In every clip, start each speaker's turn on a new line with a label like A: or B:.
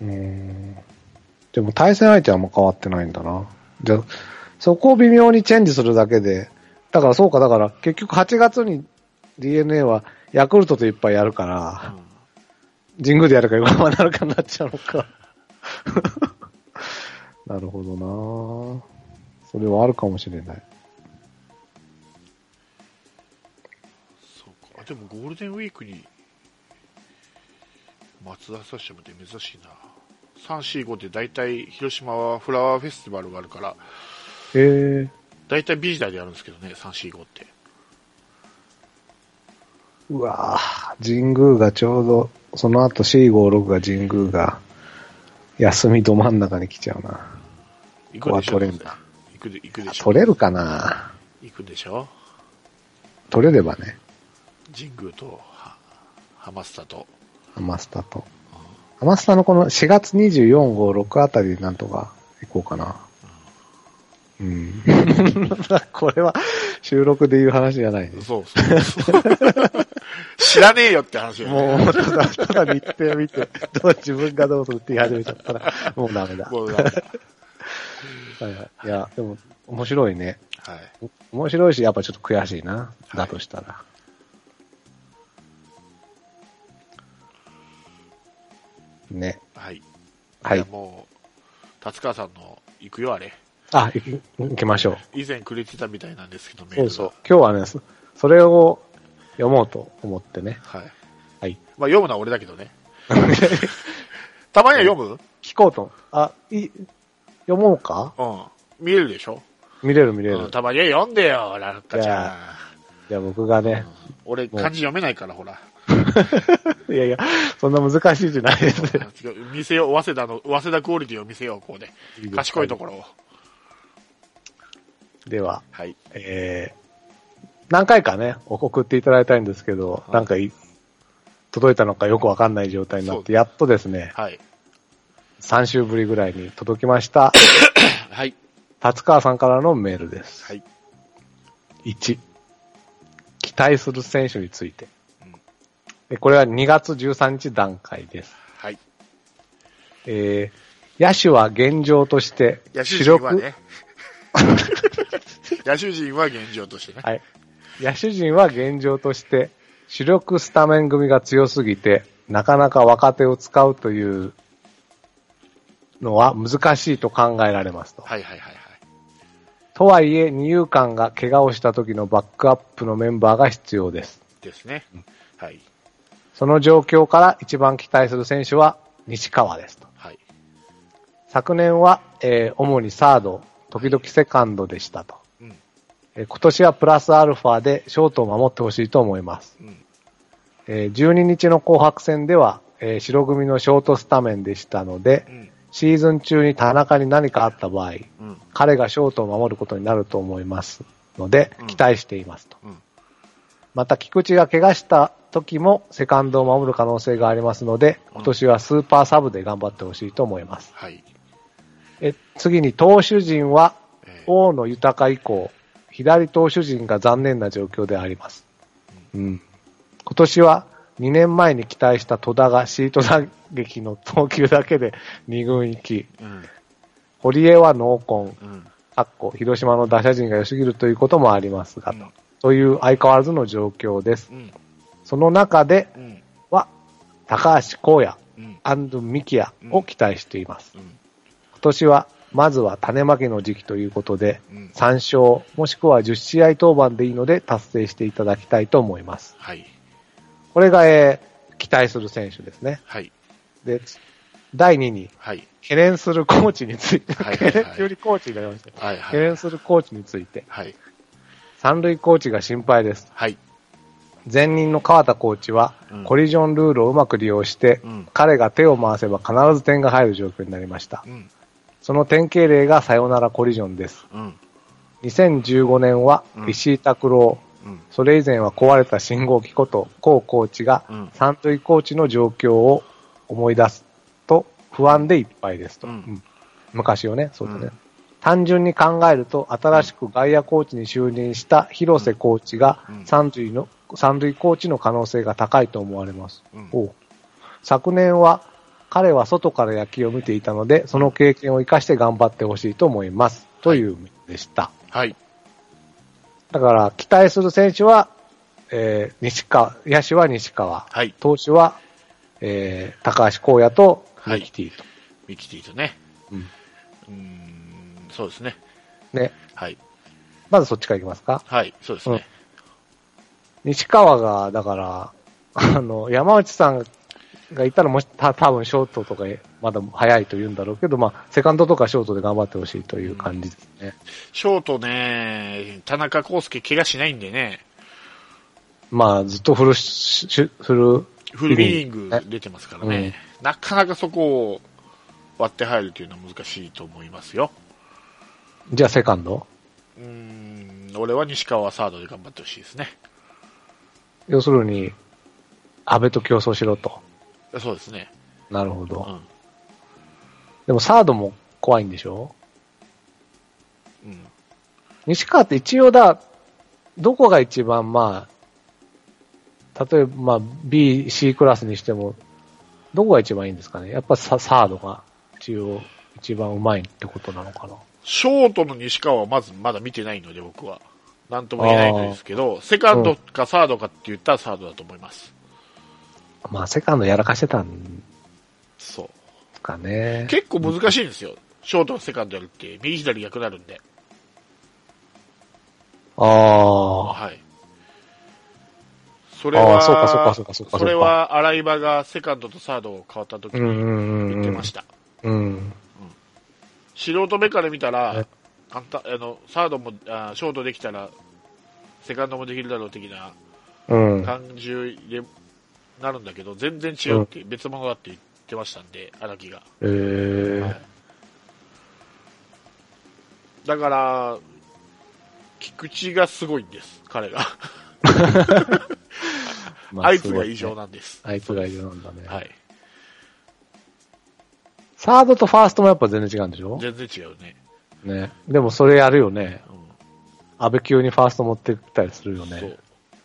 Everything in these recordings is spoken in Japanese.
A: うん。でも対戦相手はあんま変わってないんだな。じゃそこを微妙にチェンジするだけで、だからそうか、だから結局8月に DNA はヤクルトといっぱいやるから、神宮でやるか横浜でやるかになっちゃうのか。 なるほどなそれはあるかもしれない。
B: そうか。でもゴールデンウィークに、松田スタジアムって珍しいな。3、4、5って大体広島はフラワーフェスティバルがあるから、
A: ええ
B: 大体 B 時代でやるんですけどね、3、4、5って。
A: うわぁ、神宮がちょうど、その後 C56 が神宮が、休みど真ん中に来ちゃうな。こ
B: 行く
A: こは
B: でしょ。
A: 取れんだ
B: 行くで、行くでしょ。
A: 取れるかな
B: 行くでしょ。
A: 取れればね、
B: 神宮と、はハマスタと。
A: ハマスタと。ハマスタのこの4月24、5、6あたりでなんとか行こうかな。うん。 これは収録で言う話じゃないです。
B: そうそうそう。 知らねえよって話よ、ね。
A: もう、ただ、ただ日程を見て、どう自分がどうするって言い始めちゃったら、もうダメだ。
B: もうなんか
A: はいはいいや、でも、面白いね。
B: はい。
A: 面白いし、やっぱちょっと悔しいな。だとしたら。ね。
B: はい。
A: は
B: じゃ
A: い
B: あ。もう、達川さんの、行くよ、あれ。
A: あ、行行きましょう。
B: 以前くれてたみたいなんですけど、メール
A: そ
B: が
A: うそう。今日はね、そそれを読もうと思ってね。
B: はい。
A: はい。
B: まあ、読むのは俺だけどね。 たまには読む
A: 聞こうと。あ、い、読もうか
B: うん。見えるでしょ、
A: 見れる見れ
B: うん、
A: る。
B: たまには読んでよ、ラッカちゃん。
A: じゃあ僕がね。
B: 俺、
A: もう
B: 漢字読めないから、ほら。
A: いやいや、そんな難しいじゃないです。
B: 違う見せよう、早稲田の、早稲田クオリティを見せよう、こうね。賢いところを。
A: では、
B: はい。
A: えー何回かね、送っていただいたいんですけど、
B: い
A: なんかい届いたのかよくわかんない状態にな
B: そ
A: っ
B: う
A: て、
B: で
A: やっとですね、
B: はい。
A: 3週ぶりぐらいに届きま した、
B: はい。
A: 達川さんからのメールです。
B: はい。
A: 1、期待する選手について
B: うん。
A: でこれは2月13日段階です。
B: はい。
A: えー野手は現状として、
B: 野手
A: 主
B: 陣
A: 力、
B: はね。 野手陣は現状としてね。
A: はい。野手陣は現状として、主力スタメン組が強すぎて、なかなか若手を使うというのは難しいと考えられますと。
B: はいはいはいはい。
A: とはいえ、二遊間が怪我をした時のバックアップのメンバーが必要です。
B: ですね。はい。
A: その状況から一番期待する選手は西川ですと。
B: はい。
A: 昨年は、えー主にサード、時々セカンドでしたと。
B: うん。
A: えー今年はプラスアルファでショートを守ってほしいと思います。
B: うん。
A: えー12日の紅白戦では、えー白組のショートスタメンでしたので
B: う、ん。
A: シーズン中に田中に何かあった場合、
B: うん。
A: 彼がショートを守ることになると思いますので
B: うん、
A: 期待していますと。
B: うん。
A: また、菊池が怪我した時も、セカンドを守る可能性がありますので、今年はスーパーサブで頑張ってほしいと思います。
B: はい。
A: え次に、投手陣は、
B: えー
A: 大野豊以降、左投手陣が残念な状況であります。うん。今年は2年前に期待した戸田がシート打撃の投球だけで2軍行き、
B: うん。
A: 堀江は濃紺、
B: うん。
A: かっこ広島の打者陣が良すぎるということもありますが、
B: うん
A: という相変わらずの状況です
B: う。ん。
A: その中で
B: うん。
A: は、高橋光
B: うん。
A: 也、ミキヤを期待しています。
B: うん。
A: 今年は、まずは種まきの時期ということで、
B: うん。
A: 3勝、もしくは10試合当番でいいので達成していただきたいと思います。
B: はい。
A: これが、えー期待する選手ですね。
B: はい。
A: で、つ第2に、
B: はい。
A: 懸念するコーチについて、
B: はいはいはい
A: 懸念よりコーチになりました。
B: はい。は
A: 懸
B: い。
A: 念するコーチについて、
B: はい。
A: 三塁コーチが心配です。
B: はい。
A: 前任の川田コーチは
B: うん、
A: コリジョンルールをうまく利用して、
B: うん
A: 彼が手を回せば必ず点が入る状況になりました
B: う。ん。
A: その典型例がさよならコリジョンです。
B: うん。
A: 2015年は
B: うん
A: 石井拓郎、
B: うん。
A: それ以前は壊れた信号機こと、高コーチが
B: うん、
A: 三塁コーチの状況を思い出すと、不安でいっぱいですと。
B: うん
A: うん昔をね、そうだね。
B: うん
A: 単純に考えると、新しく外野コーチに就任した広瀬コーチが
B: うん
A: 三塁の、三塁コーチの可能性が高いと思われます。
B: うん
A: おう昨年は彼は外から野球を見ていたので、その経験を生かして頑張ってほしいと思います。という意味でした。
B: はい。
A: だから、期待する選手は、えー、西川、野手は西川、
B: はい。
A: 投手は、えー、高橋光也と、
B: は
A: ミ
B: い
A: キティと。
B: ミキティとね。
A: うん
B: うーん、そうですね。
A: ね。
B: はい。
A: まずそっちからいきますか。
B: はい、そうですね。
A: 西川が、だから、 あの、山内さんがいたらもした、多分ショートとか、まだ早いと言うんだろうけど、まあ、セカンドとかショートで頑張ってほしいという感じですね。
B: ショートね、田中康介怪我しないんでね、
A: まあ、ずっとフルし、しフル、
B: フルビーイング出てますからね、なかなかそこを割って入るというのは難しいと思いますよ。
A: じゃあセカンド
B: うーん、俺は西川はサードで頑張ってほしいですね。
A: 要するに、安倍と競争しろと。
B: そうですね。
A: なるほ
B: う
A: ど。
B: ん。
A: でもサードも怖いんでしょ
B: うん。
A: 西川って一応だ、どこが一番まあ、例えばまあ B、C クラスにしても、どこが一番いいんですかねやっぱササードが一応一番うまいってことなのかな
B: ショートの西川はまずまだ見てないので僕は。なんとも言えないんですけど、セカンドかサードかって言ったらサードだと思います。
A: まあセカンドやらかしてたんで
B: そう。
A: すかね。
B: 結構難しいんですよ。ショートとセカンドやるって、右左逆なるんで。
A: ああ、
B: はい。それ
A: あ
B: は、
A: ーそうかそうかそうかそうかそうか
B: それは、洗い場がセカンドとサードを変わった時
A: うんう
B: に
A: ん
B: 言
A: う
B: っ
A: んう
B: て
A: ん
B: ま。した。
A: うん。
B: 素人目から見た
A: は
B: ら
A: い、
B: 簡単、あの、サードも、あーショートできたら、セカンドもできるだろう的な
A: うん。
B: 感じで、なるんだけど、全然違うって、別物だって言ってましたんで、荒木が。
A: えー
B: はいだから、菊池がすごいんです、彼が。
A: ま
B: あいつが異。
A: すご
B: 常
A: ね
B: なんです。
A: あいつが異常なんだね。
B: はい。
A: サードとファーストもやっぱ全然違うんでしょ
B: 全然違うね。
A: ね。でもそれやるよね。
B: うん
A: 安倍級にファースト持ってきたりするよ
B: そ
A: ね
B: う。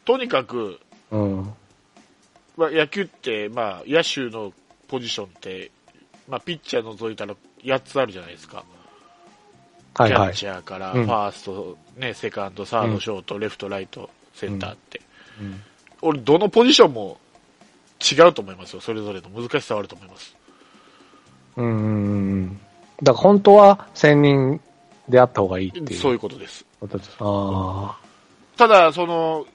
B: とにかく、
A: う。ん。
B: まあ、野球って、まあ、野手のポジションって、まあ、ピッチャー除いたら8つあるじゃないですか。
A: はい
B: キャ
A: は
B: ッ
A: い。
B: チャーから、フ
A: うん
B: ァースト、ね、セカンド、サー
A: う
B: ド、
A: ん
B: ショート、レフト、ライト、センターって。
A: うん
B: 俺、どのポジションも違うと思いますよ。それぞれの難しさはあると思います。
A: うんうんうん。だから本当は専任であった方がいいっていう。
B: そういうことです。
A: ことです。あ
B: ただ、その、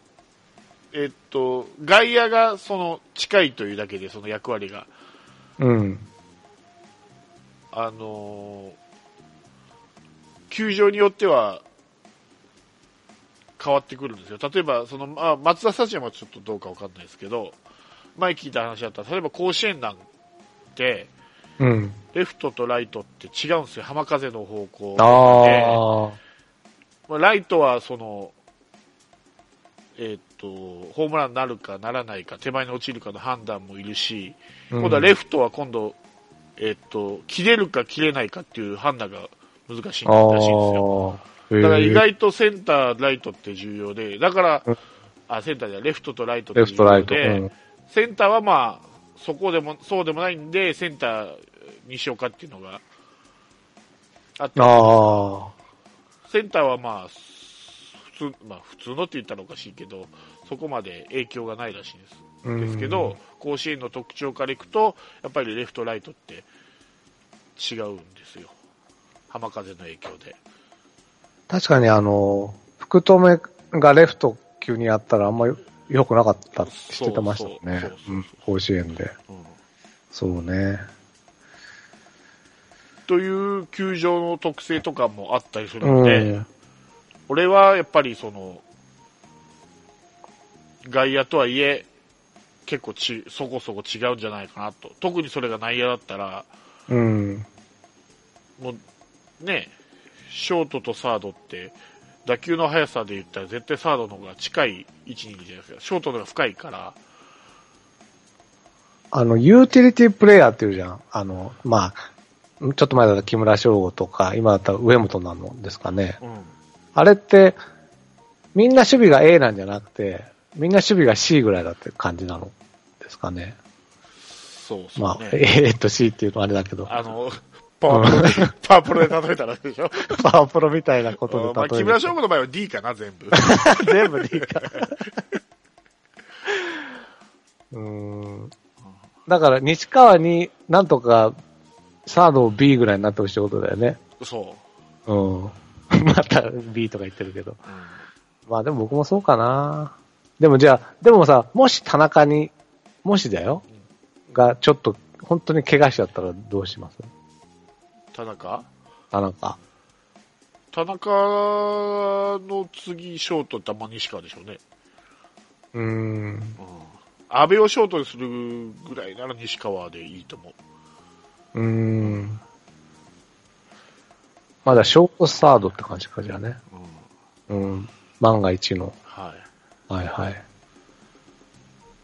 B: えっと、外野がその近いというだけで、その役割が、
A: あ。うん。
B: あのー球場によっては変わってくるんですよ。例えば、その、まあ、松田スタジアムはちょっとどうかわかんないですけど、前聞いた話だったら、例えば甲子園なんて、
A: うん。
B: レフトとライトって違うんですよ。浜風の方向。
A: ああ。
B: まあライトはその、えーっと、ホームランになるかならないか、手前に落ちるかの判断もいるし、今度はレフトは今度、えーっと、切れるか切れないかっていう判断が難しいらしいんで
A: あ
B: す
A: あ
B: よ。
A: ー。
B: だから意
A: へ
B: 外とセンター、ライトって重要で、だから
A: うん、
B: あ、センターじゃないレフトとライト
A: え
B: っ
A: レフ
B: て重
A: トラ
B: 要
A: イト。う
B: で、
A: ん。
B: センターはまあ、そこでも、そうでもないんで、センターにしようかっていうのがあって、
A: あ
B: センターはまあ、普通、まあ普通のって言ったらおかしいけど、そこまで影響がないらしいんです。
A: あ。うん
B: ですけど、、甲子園の特徴からいくと、やっぱりレフト、ライトって違うんですよ。浜風の影響で。
A: 確かにあの、福留がレフト級にやったらあんまり良くなかったって言ってましたもんね
B: そうそうそう。そう
A: うん甲子園で。
B: うん
A: そうね。
B: という球場の特性とかもあったりする
A: う
B: ので、
A: ん。
B: 俺はやっぱりその、外野とはいえ、結構ち、そこそこ違うんじゃないかなと。特にそれが内野だったら、
A: うん。
B: もうね、ショートとサードって、打球の速さで言ったら絶対サードの方が近い位置にいるじゃないですか。ショートの方が深いから、
A: あの、ユーティリティプレイヤーっていうじゃん。あの、まあ、ちょっと前だったら木村翔吾とか、今だったら上本なのですかね。
B: うん。
A: あれって、みんな守備が A なんじゃなくて、みんな守備が C ぐらいだって感じなのですかね。
B: そうそう、
A: まあ、
B: ね
A: えーっと C っていうのはあれだけど、
B: あの、パワープロで、パワープロで例えたらでしょ。
A: パワープロみたいなことで例え
B: まあ、
A: ると
B: 木村翔吾の場合は D かな、全部。
A: 全部でいいから。うーん。だから、西川になんとか、サードを B ぐらいになってほしいってことだよね。
B: そ
A: うん。 また B とか言ってるけど。
B: う。うん
A: まあでも僕もそうかな。でもじゃあ、でもさ、もし田中に、もしだよ、がちょっと、本当に怪我しちゃったらどうします
B: 田中
A: 田中。
B: 田中の次、ショートってあんま西川でしょうね。
A: うーん。
B: うん。安倍をショートにするぐらいなら西川でいいと思う。
A: うーん。まだショートサードって感じか、じゃあね。
B: うん。
A: うん。万が一の。
B: はい。
A: はいはい。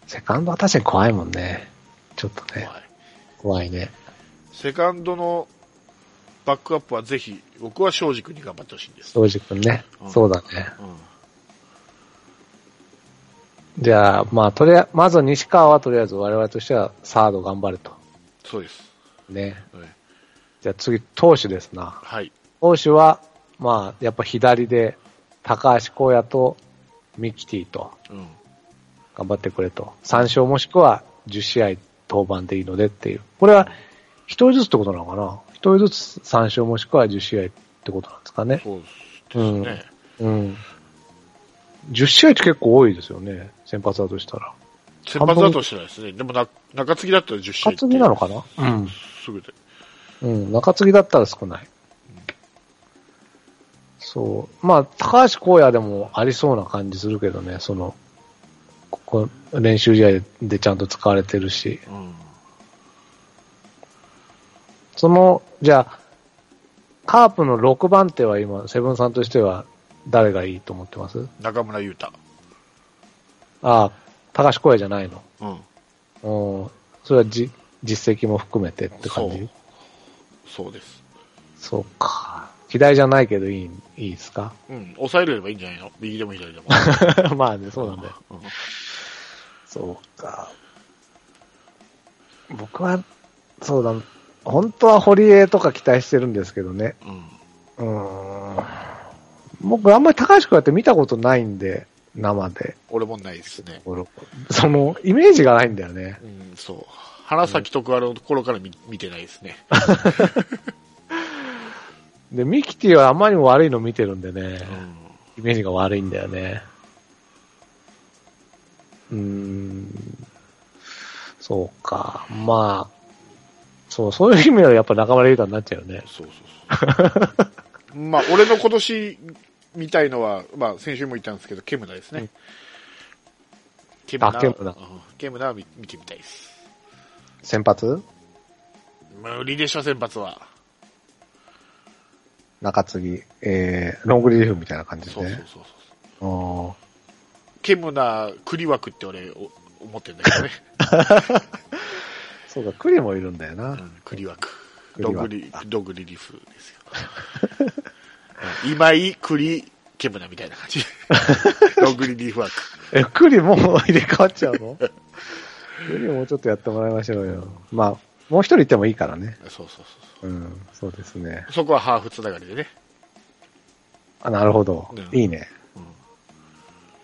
A: セカンドは確かに怖いもんね。ちょっとね、
B: はい。
A: 怖いね。
B: セカンドのバックアップはぜひ、僕は正直に頑張ってほしいんです。
A: 庄司くんね、
B: うん
A: そうだね。
B: うん。
A: じゃあ、まあ、とりあえず、まず西川はとりあえず我々としてはサード頑張れと。
B: そうです。
A: ね。
B: はい
A: じゃあ次、投手ですな。
B: はい。
A: 投手は、まあ、やっぱ左で、高橋光也とミキティと
B: うん。
A: 頑張ってくれと。3勝もしくは10試合登板でいいのでっていう。これは、1人ずつってことなのかな ?1 人ずつ3勝もしくは10試合ってことなんですかね。
B: そうですね。
A: うん。10試合って結構多いですよね。先発だとしたら。
B: 先発だとしてないですね。でもな、中継ぎだったら10試合
A: 中
B: って。
A: 継ぎなのかなうん。
B: すぐで。
A: うん、中継ぎだったら少ない。そう。まあ、高橋光也でもありそうな感じするけどね、その、ここ、練習試合でちゃんと使われてるし、
B: うん。
A: その、じゃあ、カープの6番手は今、セブンさんとしては誰がいいと思ってます
B: 中村優太。
A: ああ、高橋光也じゃないの。
B: うん。
A: うん。それはじ、実績も含めてって感じ
B: そうそうです。
A: そうか。嫌いじゃないけどいい、いいですか
B: うん。抑えれればいいんじゃないの右でも左で も。
A: まあね、そうなんだよ。
B: うん。
A: そうか。僕は、そうだ、本当は堀江とか期待してるんですけどね。
B: うん。
A: うーん。僕あんまり高橋君やって見たことないんで、生で。
B: 俺もないですね。
A: その、イメージがないんだよね。
B: うん、そう。花咲徳栄の頃から見見てないですね。
A: で、ミキティはあまりにも悪いの見てるんでね、
B: うん。
A: イメージが悪いんだよね。うーん。そうか。まあ、そう、そういう意味ではやっぱ中村優太になっちゃうよね。
B: そうそうそう。まあ、俺の今年見たいのは、まあ、先週も言ったんですけど、ケムナですね。ケ
A: あケムナ
B: うんケムナは見見てみたいです。
A: 先発
B: 無理でしょ、先発は。
A: 中継ぎ、えー、ロングリリーフみたいな感じで
B: そうそう
A: ね
B: そうそう。
A: うん
B: ケムナ、栗枠って俺、お思ってんだけどね。
A: そうか、クリもいるんだよな。
B: うん栗枠。
A: 栗
B: ド
A: 枠
B: グリ、ドグリリーフですよ。うん今井、栗、ケムナみたいな感じ。ドグリリーフ枠。
A: え、クリもう入れ替わっちゃうのクリもうちょっとやってもらいましょうよ。まあ、もう一人いてもいいからね。
B: そうそうそう
A: うん、そうですね
B: そ。う。そこはハーフつながりでね。
A: あなるほど。
B: うん
A: いいね。
B: うん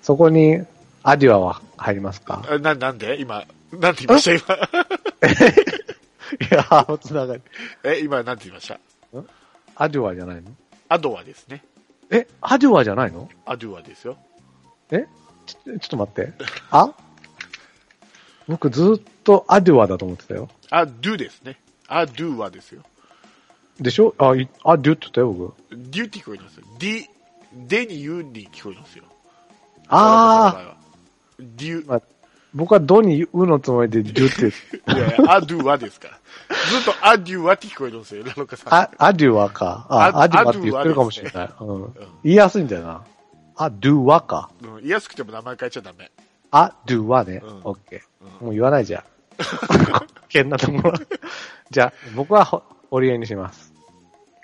A: そこに、アデュアは入りますか
B: あな、なんで今、なんて言いました今。
A: いや、ハーフつながり。
B: え、今、なんて言いました
A: アデュアじゃないの
B: アドアですね。
A: え、アデュアじゃないの
B: アドゥアですよ。
A: えちょちょっと待って。あ僕ずっとアデュアだと思ってたよ。
B: アドゥですね。アドゥアですよ。
A: でしょあ、いあ、デュって言ったよ、僕。
B: デュって聞こえますよ。ディ、デにユに聞こえますよ。
A: あ
B: あ。デ ュ、
A: あ、僕はドにウのつもりでデュって、
B: いやいやアドゥアですから。ずっとアデュアって聞こえるんですよ、ラロカさ ん。
A: あ、アデュワか。あ、
B: あ
A: アデュワって言ってるかもしれない。うん。言いやすいんだよな。アデュワか。
B: うん、安くても名前変えちゃダメ。
A: アデュワね
B: うん。
A: オッケー。もう言わないじゃん。変なところ。じゃあ、僕はほ堀江にします。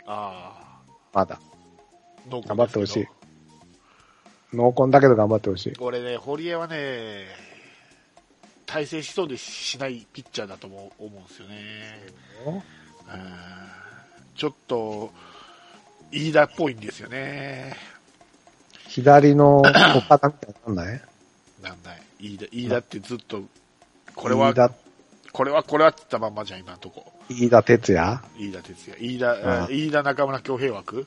B: ああ。
A: まだ。
B: 濃厚ですけど
A: 頑張ってほしい。。濃紺だけど頑張ってほしい。
B: 俺ね、堀江はね、対戦しそうでしないピッチャーだとも思うんですよね。うんちょっと、飯田っぽいんですよね。
A: 左の小肩みたいになんない
B: なんだい。飯田、飯田ってずっと、これは
A: 飯、田、
B: これは、これはって言ったまんまじゃん、今のとこ。
A: 飯田哲也
B: 飯田哲也。飯田、
A: あ
B: あ飯田中村京 平枠く、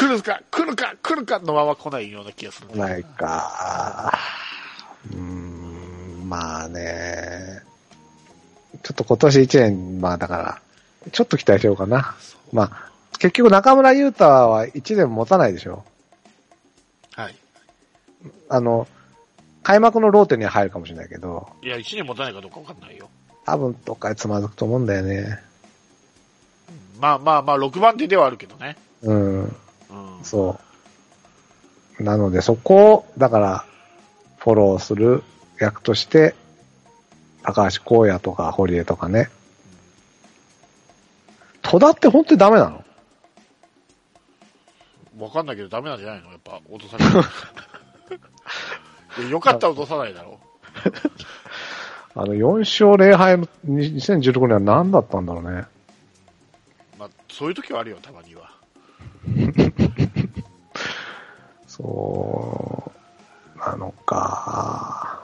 B: 来るか、来るか、来るかのまま来ないような気がするんだよ
A: ないか。うーん、まあね。ちょっと今年一年、まあだから、ちょっと期待しようかな。まあ、結局中村優太は一年持たないでしょ。
B: はい。
A: あの、開幕のローテには入るかもしれないけど、
B: いや、1年持たないかどうかわかんないよ。
A: 多分どっかでつまずくと思うんだよね。
B: まあまあまあ、6番手ではあるけどね。
A: うん、
B: うん。
A: そう。なのでそこを、だから、フォローする役として、高橋光也とか堀江とかね。戸田って本当にダメなの
B: わかんないけどダメなんじゃないのやっぱ、落 とされる。いやよかったら落とさないだろ
A: あの、4勝0敗のに2016年は何だったんだろうね。
B: う。まあ、そういう時はあるよ、たまには。
A: そう、なのか。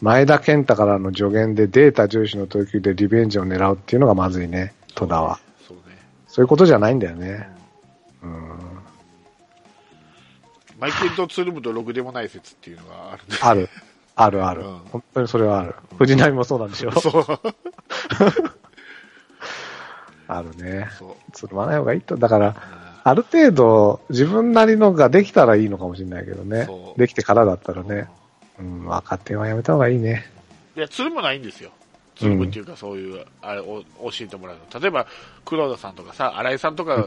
A: 前田健太からの助言でデータ重視の投球でリベンジを狙うっていうのがまずいね、戸田は。
B: そうね。
A: そういうことじゃないんだよね。うん。
B: マイケルとツルムとろくでもない説っていうのがあるんで。
A: ある。あるある。
B: うん
A: 本当にそれはある。藤波もそうなんでしょ。
B: そう。
A: あるね。
B: そう。
A: つるまない方がいいと。だから、ある程度自分なりのができたらいいのかもしれないけどね
B: そ。う
A: できてからだったらね。うん、若手はやめた方がいいね。
B: いや、つるむないんですよ。つるむっていうか、そういう、あれを教えてもらうの。例えば、黒田さんとかさ、新井さんとか、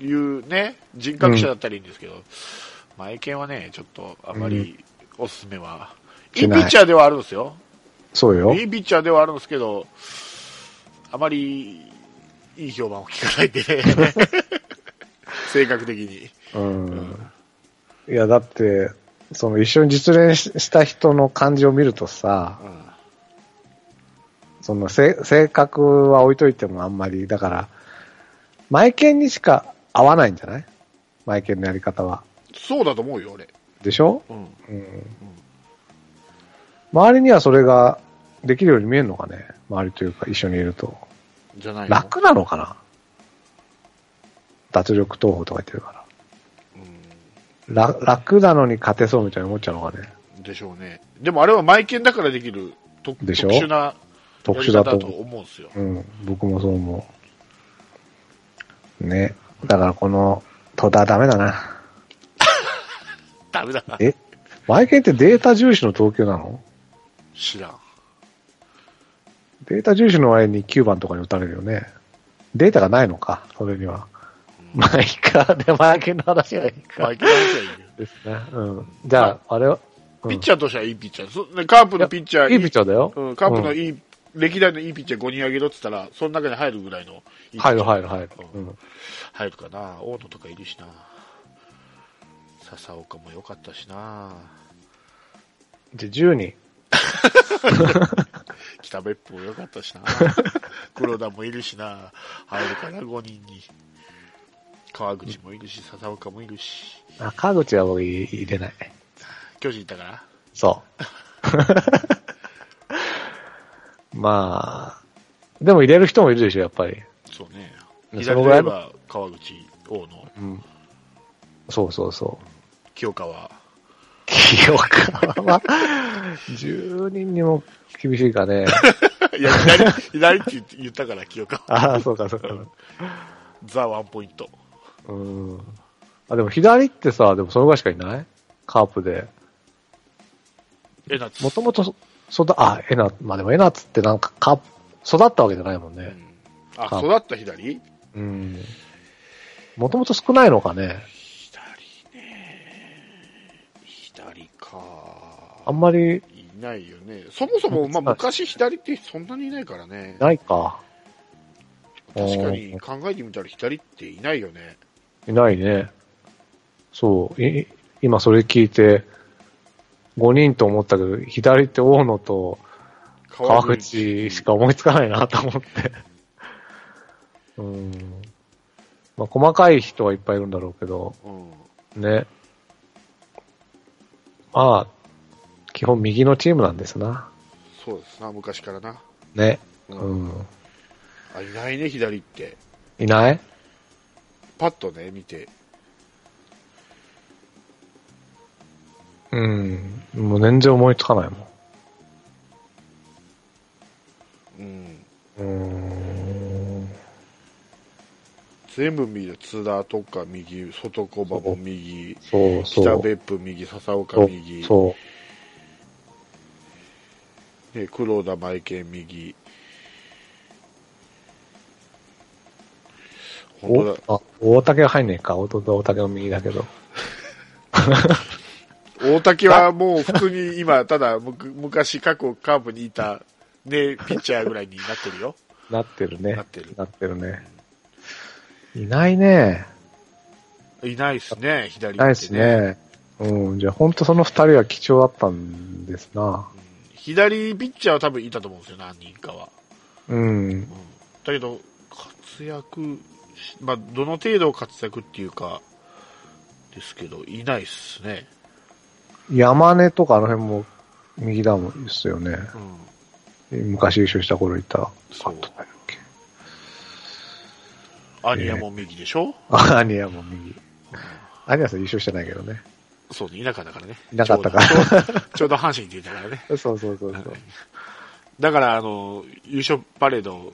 B: いうね、人格者だったらいいんですけど、マイケンはね、ちょっと、あまり、おすすめは、い
A: し
B: いピ
A: ない
B: ッチャーではあるんですよ。
A: そうよ。
B: いいピッチャーではあるんですけど、あまり、いい評判を聞かな いでね。性格的に。
A: うんいや、だって、その一緒に実練しした人の感じを見るとさ、
B: うん
A: そのせ性格は置いといてもあんまり、だから、マイケンにしか合わないんじゃないマイケンのやり方は。
B: そうだと思うよ、俺。
A: でしょ
B: うん。
A: うん。周りにはそれができるように見えるのかね周りというか一緒にいると。
B: じゃないの
A: 楽なのかな脱力投法とか言ってるから。ら楽なのに勝てそうみたいに思っちゃうのかね
B: でしょうね。でもあれはマイケンだからできると特
A: でしょ
B: 殊なや
A: 特
B: り
A: 殊だ
B: 方だ
A: と
B: と
A: 思う。
B: 思うんですよ。
A: うん、僕もそう思う。ね。だからこの、戸田ダメだな。
B: ダメだな。
A: えマイケンってデータ重視の投球なの
B: 知らん。
A: データ重視の割に9番とかに打たれるよね。データがないのか、それには。まあいいか、で、マイケンの話はいい
B: マ
A: か。
B: イケンだけはいいよ
A: ですね。うん。じゃあ、あれは、うん
B: ピッチャーとしてはいいピッチャーそ。ねカープのピッチャー、
A: いいピッチャーだよ。
B: うん、カープの
A: いい。
B: いい、歴代のいいピッチャー5人あげろって言ったら、その中に入るぐらいのいいピッチャー
A: 入る入る入る。
B: う
A: うんん。
B: 入るかな。大野とかいるしな。笹岡も良かったしな。
A: じゃあ10人。
B: 北別府も良かった しな。黒田もいるしな。入るかな、5人に。川口もいるし、笹岡もいるし。
A: あ、川口は僕入れない。
B: 巨人だから。
A: そう。 まあ、でも入れる人もいるでしょ、やっぱり。
B: そうね。
A: ね
B: 左で
A: そのぐらい
B: 言え
A: の
B: ば川口、大野、
A: そうそうそう。
B: 清川。
A: 清川は、10人にも厳しいかね。
B: いや、左、左って言って言ったから、清川。
A: ああ、そうかそうか。
B: ザ・ワンポイント。
A: うん。あ、でも左ってさ、でもそのぐらいしかいないカープで。
B: え、なつ。
A: もともと、そだ、あ、エナ、まあでもエナツってなんかカープ、育ったわけじゃないもんね。
B: あ、
A: カープ
B: 育った左
A: うん。もともと少ないのかね。
B: 左ね。左か。
A: あんまり
B: いないよね。そもそも、まあ、昔左ってそんなにいないからね。
A: ないか。
B: 確かに考えてみたら左っていないよね。
A: いないね。そう。い今それ聞いて、 5人と思ったけど、左手大野と川口しか思いつかないなと思って。うん。まあ、細かい人はいっぱいいるんだろうけど、
B: うん。
A: ね。まあ、基本右のチームなんですな。
B: そうですな、昔からな。
A: ね。
B: う
A: うん。
B: あいないね、左って。
A: いない
B: パッとね、見て。
A: うん。もう全然思いつかないも
B: うん。
A: ん。うん。
B: 全部右だ。津田とか右、外小馬も右、
A: そうそう。
B: 北別府右、笹岡
A: そう
B: 右、
A: そう。
B: ね、黒田前剣右。本当だ。
A: おあ、大竹は入んねえか。弟大竹の右だけど。
B: 大竹はもう普通に今、 ただむく昔過去カープにいた、ね、ピッチャーぐらいになってるよ。
A: なってるね。
B: なってる
A: なってるね。いないね。
B: いないですね、左
A: い
B: 手
A: ないです。ね。うん。じゃあ、ほんとその二人は貴重だったんですな。
B: 左ピッチャーは多分いたと思うんですよ、何人かは。
A: うん。
B: だけど、活躍し、まあ、どの程度活躍っていうか、ですけど、いないっすね。
A: 山根とかあの辺も右だもんですよね。
B: うん。
A: 昔優勝した頃いた。
B: そう。
A: だっけ
B: アニヤも右でしょ、
A: あ、アニアも右。アニアさん優勝してないけどね。
B: そうね、田舎だからね。
A: いなかったか
B: ちょうど。ち ょうどちょうど阪神って言ったからね。
A: そうそうそうそう。
B: だから、あの、優勝パレード、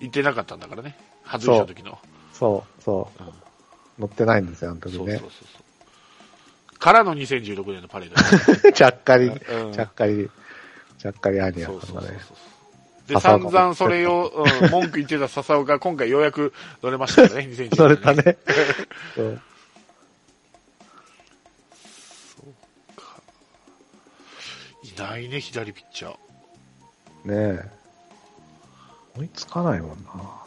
B: 行ってなかったんだからね。外した時の。
A: そうそう。
B: うん
A: 乗ってないんですよ、あの時
B: そうそう
A: ね
B: そう。そう。からの2016年のパレードだね。
A: ちゃっかり、
B: うん
A: ちゃっかり、ちゃっかりアニアさ
B: そ
A: ん
B: うそうそ
A: が
B: うそう
A: ね。。
B: で、
A: 笹
B: 散
A: 岡も
B: 々それを、うん文句言ってた笹岡、今回ようやく乗れまし たからね、2016年。
A: 乗れた ね。そう
B: いないね、左ピッチャー。
A: ねえ。追いつかないもんな。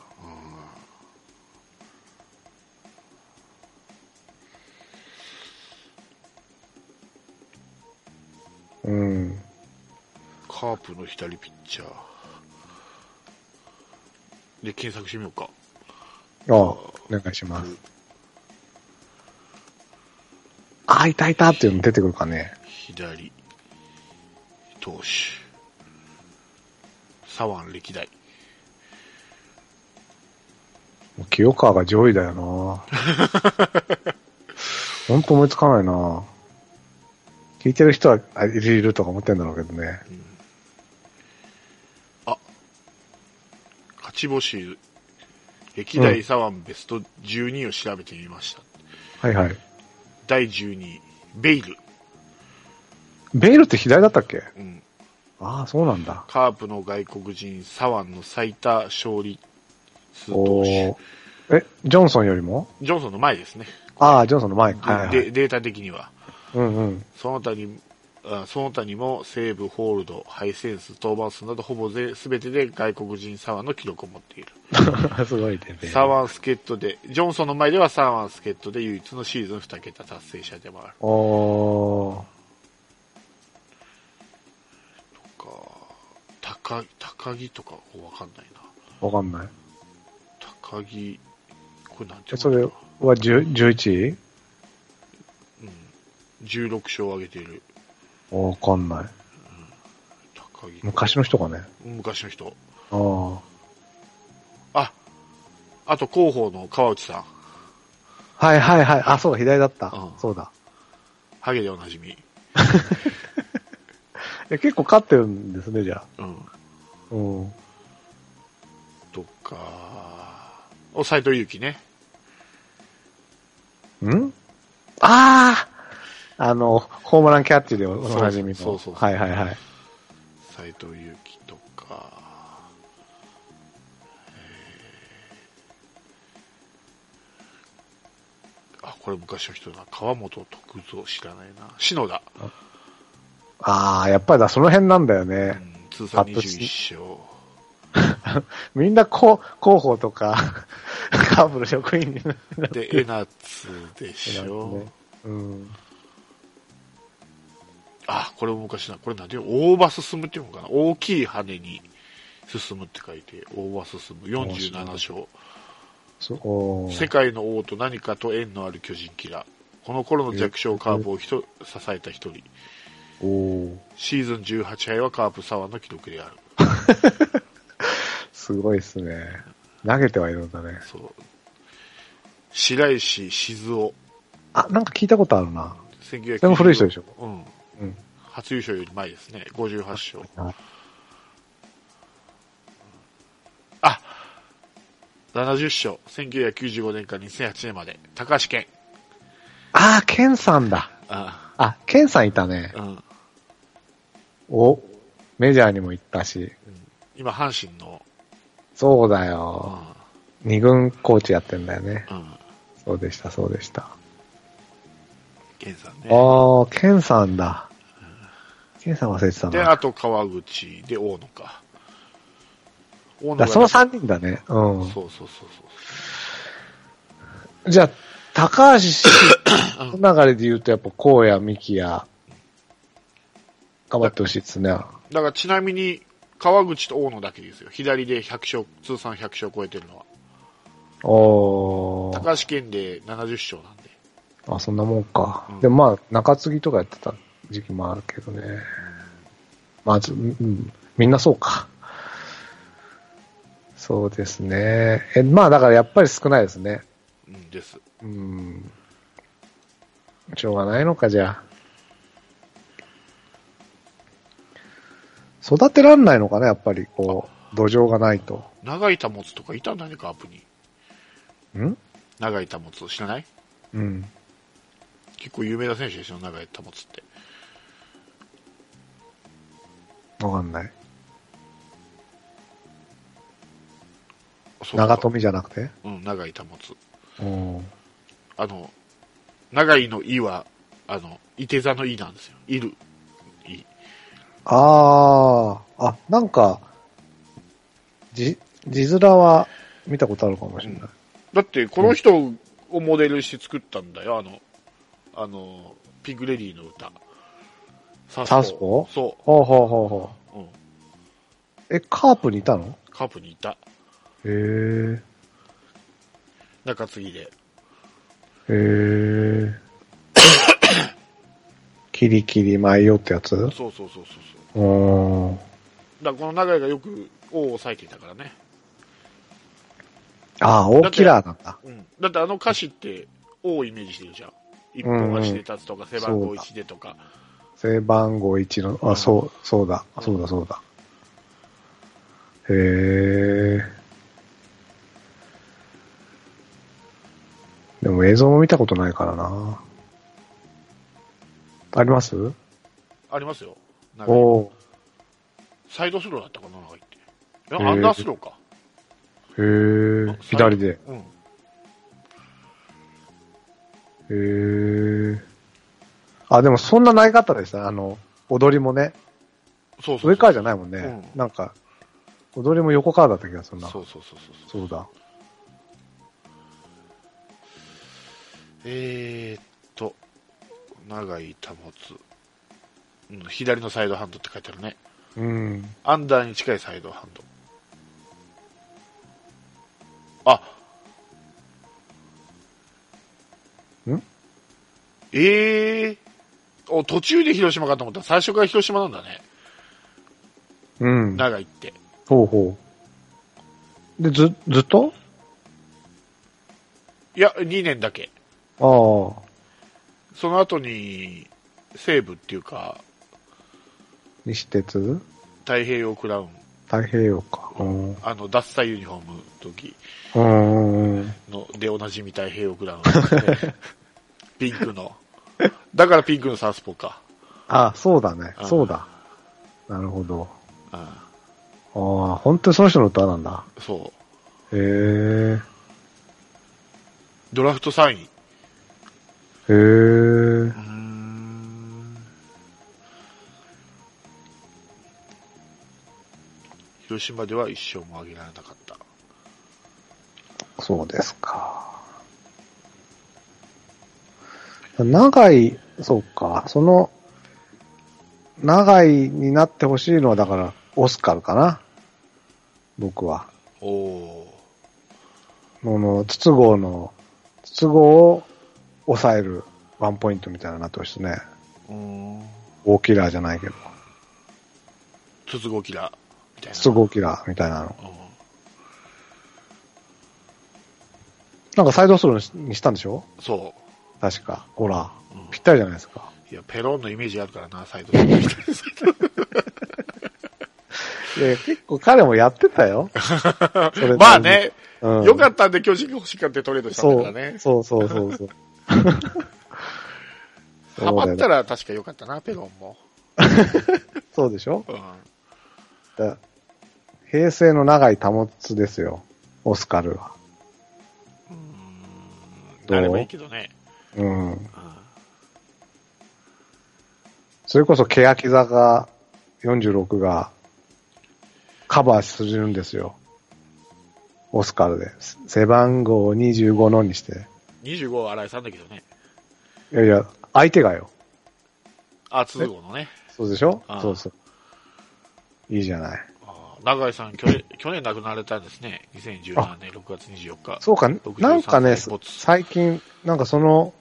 A: うん。
B: カープの左ピッチャー。で、検索してみようか。
A: ああ、お願いします。あ、いたいたっていうの出てくるかね。
B: 左投手左腕歴代
A: もう清川が上位だよ な。ほんと思いつかないな。聞いてる人は、あいるいるとか思ってんだろうけどね。
B: 勝ち星歴代左腕ベスト12を調べてみました、
A: はいはい。
B: 第12位ベイル、
A: ベイルって左だったっけ
B: うん、
A: ああ、そうなんだ。
B: カープの外国人左腕の最多勝利数
A: お
B: 投
A: お
B: 手
A: ー。え、ジョンソンよりも
B: ジョンソンの前ですね、
A: ああ、ジョンソンの前。
B: で
A: はい、は
B: で
A: い。
B: データ的には
A: うんうん。
B: その他にあその他にも西武、ホールド、ハイセンス、登板数などほぼぜ全てで外国人左腕の記録を持っている。
A: すごいね。
B: サーワンスケットで、ジョンソンの前ではサーワンスケットで唯一のシーズン2桁達成者でもある
A: おお
B: とか、高高木とかわかんないな。
A: ーわかんない。
B: 高木、これなんて
A: え、
B: い
A: そうれ
B: の
A: は
B: か
A: 10 11位
B: な ?16 勝を挙げている
A: わかんない。
B: 高木。
A: 昔の人かね。
B: 昔の人。
A: あ
B: あ、あと広報の川内さん。
A: あ。はいはいはい。あ、そうだ、左だった。
B: うん
A: そうだ。
B: ハゲでおなじみ。
A: え、結構勝ってるんですね、じゃあ。
B: うん。
A: うん。
B: とか、お、斎藤佑樹ね。
A: んあああの、ホームランキャッチでおおなじみの。
B: そうそうそうそう
A: はいはいはい。
B: 斎藤佑樹とか、えーあ、これ昔の人だ。川本徳蔵知らないな。篠田。
A: ああ、やっぱりだ、その辺なんだよ
B: う
A: ね。
B: ん、通算
A: あとし
B: 21勝。
A: みんな、こう、広報とか、 カープの職員にな
B: で、江夏でし
A: る
B: ょ。
A: ね。うん。
B: あ、これも昔な、これなんていうの大場進むっていうのかな大きい羽に進むって書いて、大場進む47勝。
A: そおー
B: 世界の王と何かと縁のある巨人キラー。この頃の弱小カープをひと支えた一人。
A: おー
B: シーズン18敗はカープ沢の記録である。
A: すごいですね。投げてはいるんだね。
B: そう。白石静雄。
A: あ、なんか聞いたことあるな。
B: 1990
A: でも古い人でしょ
B: うん。
A: うん。
B: 初優勝より前ですね。58勝。
A: あ
B: あ、70勝。1995年から2008年まで。高橋健。
A: あー、ケンさんだ。
B: あ
A: あ、ケンさんいたね。
B: うん。
A: お、メジャーにも行ったし。
B: 今、阪神の、
A: そうだ
B: う
A: よ。
B: ん。
A: 二軍コーチやってんだよね。
B: うん。
A: そうでした、そうでした。
B: 健さんね。
A: ああ、ケンさんだ。ケンさん忘れてた
B: で、
A: な。
B: あと川口で大野か。大
A: だ
B: が
A: その3人だね。う。
B: そうんそうそうそう。
A: じゃあ、高橋 氏の流れで言うと、やっぱ、こうや、みきや、頑張ってほしいですね。
B: だからちなみに、川口と大野だけですよ。左で100勝、通算100勝超えてるのは。
A: おー。
B: 高橋健で70勝なんで。
A: あ、そんなもんか。
B: うん
A: でもまあ、中継ぎとかやってた時期もあるけどね。まあ、ずうん、みんなそうか。そうですね。え、まあだからやっぱり少ないですね。
B: うんです。
A: うん。しょうがないのか、じゃあ。育てらんないのかね、やっぱり、こう、土壌がないと。
B: 長い保つとかいたんだね、カープに。
A: ん
B: 長い保つ知らない
A: うん。
B: 結構有名な選手ですよ、長い保つって。
A: わかんない。
B: そうか
A: 長。富じゃなくて
B: うん、長い保つ。
A: うん。
B: あの、長いのいは、あの、いて座のいなんですよ。いる。い。
A: ああ、あ、なんか、じ、字面は見たことあるかもしれない。
B: だって、この人をモデルにして作ったんだよ、あの、あの、ピグレディの歌。サ
A: サウスポー
B: そ
A: ほうほうほうほ
B: う。うん。
A: う。え、カープにいたの
B: カープにいた。
A: へえ、
B: 中継ぎで。
A: へえ。 キリキリ舞よってやつう
B: そうそうそうそうそう。
A: ーん。
B: だからこの長井がよく王を抑えていたからね。
A: ああ、大キラーなんだ。
B: うん。だってあの歌詞って王をイメージしてるじゃん。一本足で立つとか、背番号1でとか。
A: 背番号1の、あ、そう、そうだ、そうだ、そうだ。へえ。でも映像も見たことないからな。あります
B: ありますよ。
A: お
B: 長井
A: お
B: サイドスローだったかな、長井って。い
A: へ
B: や
A: ー
B: アンダースローか。
A: ー。へえ。左で。へ
B: うん。
A: え。あ、でもそんなない方でした。あの、踊りもね。
B: そうそうそう。
A: 上からじゃないもんね。
B: うん
A: なんか、踊りも横からだった気がするな。
B: そうそうそうそうそ
A: そ
B: う。
A: うだ。
B: えー、っと、長井保つ、うん、左のサイドハンドって書いてあるね。
A: うん。
B: アンダーに近いサイドハンド。あ
A: ん
B: えー、お途中で広島かと思った最初から広島なんだね。
A: うん。
B: 長井って。
A: ほうほう。で、ず、ずっと
B: いや、2年だけ。
A: ああ。
B: その後に、西部っていうか、
A: 西鉄
B: 太平洋クラウン、
A: 太平洋か。うん。
B: あの、脱サイユニフォームの時。
A: うん。うん
B: のでおなじみ太平洋グ ラウンドですね、ピンクの。だからピンクのサウスポーか。
A: あ、そうだね
B: う。ん
A: そうだ。なるほど。
B: うん、
A: ああ、本当にその人の歌なんだ。
B: そう。
A: へえ。
B: ドラフト3位。
A: へえ。
B: 広島では一勝も挙げられなかった。
A: そうですか。長い、そうか。その、長井になってほしいのは、だから、オスカルかな。僕は。
B: おお
A: もの、筒香の、筒香を抑えるワンポイントみたいなのになってほしいですね。
B: ー。うーん。
A: 大キラーじゃないけど。
B: 筒子キラーみたいな。
A: 筒香キラーみたいなの。
B: うん
A: なんかサイドスローにしたんでしょ
B: そ
A: 確か。ほら。ぴったりじゃないですか。
B: う。いや、ペロンのイメージあるからな、サイドスロー
A: いや、結構彼もやってたよ。それ
B: まあね、
A: うん
B: よかったんで巨人が欲しかったトレードしたんだからね。
A: そうそうそうそうそう。
B: ハマった
A: ら。
B: ら確かよかったな、ペロンも。
A: そうでしょ
B: うん。
A: だ平成の長い保つですよ。オスカルは。どう
B: なればいいけどね。
A: うん。それこそ、欅坂46がカバーするんですよ。オスカルで。背番号25のにして。
B: 25は新井さんだけどね。
A: いやいや、相手がよ。
B: あ、筒子のね。
A: そうでしょ
B: ああ
A: そうそう。いいじゃない。
B: あ長井さん、去年、去年亡くなられたんですね。2017年6月24日。
A: そうか、
B: 63
A: なんかね、
B: 歳没
A: 最近、なんかその